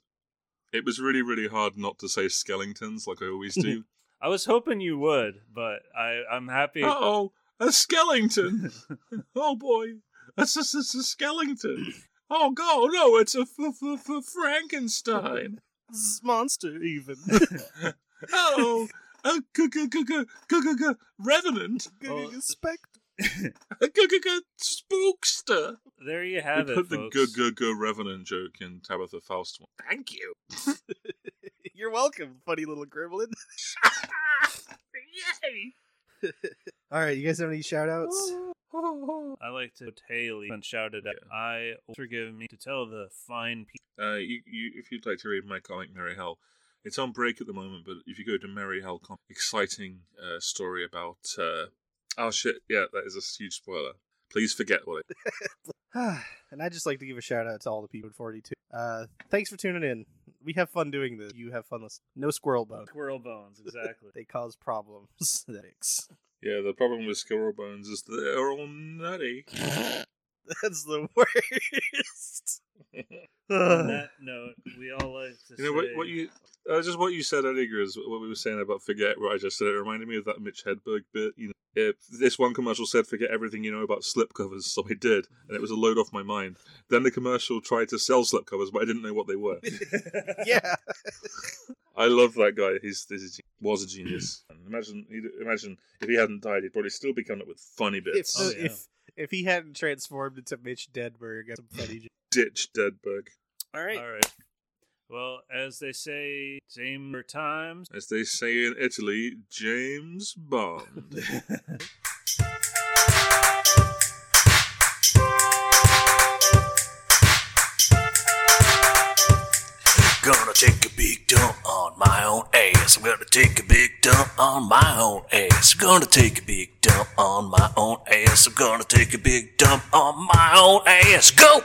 Speaker 1: It was really, really hard not to say skeletons like I always do.
Speaker 3: I was hoping you would, but I, I'm happy.
Speaker 1: uh oh, a skeleton. oh boy, it's a, it's a skeleton. Oh god, no, it's a f- f- f- Frankenstein.
Speaker 2: Z- monster
Speaker 3: (laughs)
Speaker 2: even. (laughs)
Speaker 1: Oh, a g- g- g- g- g- g- g- revenant,
Speaker 3: Well-
Speaker 2: Spectre.
Speaker 1: a g- g- g- spookster.
Speaker 3: there you
Speaker 1: We
Speaker 3: have it.
Speaker 1: put the
Speaker 3: folks.
Speaker 1: g- g- g- revenant joke in Tabitha Faust one. Thank you.
Speaker 2: (laughs) You're welcome, funny little gremlin. (laughs)
Speaker 1: Yay!
Speaker 2: All right, you guys have any shout outs?
Speaker 3: I like to Haley and shouted out, I forgive me to tell the fine people.
Speaker 1: Uh, you, you, if you'd like to read my comic Mary Hell, it's on break at the moment. But if you go to Mary Hell, com- exciting uh, story about. Uh, oh shit! Yeah, that is a huge spoiler. Please forget what it. (laughs)
Speaker 2: (sighs) and I'd just like to give a shout out to all the people at 42. Uh, thanks for tuning in. We have fun doing this. You have fun listening. No squirrel bone.
Speaker 3: Squirrel bones, exactly.
Speaker 2: (laughs) They cause problems. (laughs) Thanks.
Speaker 1: Yeah, the problem with squirrel bones is that they're all nutty.
Speaker 2: That's the
Speaker 3: (laughs)
Speaker 2: worst. Uh,
Speaker 3: On
Speaker 2: Ugh.
Speaker 3: that note, we all like to
Speaker 1: You know what?
Speaker 3: say-
Speaker 1: What
Speaker 3: (laughs)
Speaker 1: you uh, just what you said earlier is what we were saying about forget what I just said. It reminded me of that Mitch Hedberg bit. You know, if this one commercial said forget everything you know about slipcovers, (laughs) so I did, and it was a load off my mind. Then the commercial tried to sell slipcovers, but I didn't know what they were.
Speaker 2: (laughs) yeah.
Speaker 1: I love that guy. He's this is, was a genius. imagine, he'd- imagine if he hadn't died, he'd probably still be coming up with funny
Speaker 2: If,
Speaker 1: bits.
Speaker 3: Oh, yeah.
Speaker 2: if if he hadn't transformed into Mitch Denberg, that's a funny joke.
Speaker 1: Ditch Deadberg,
Speaker 2: All
Speaker 3: All right. Well, as they say, same times.
Speaker 1: as they say in Italy, James Bond.
Speaker 5: Gonna take a big dump on my own ass. I'm gonna take a big dump on my own ass. I'm gonna take a big dump on my own ass. I'm gonna take a big dump on my own ass. Go!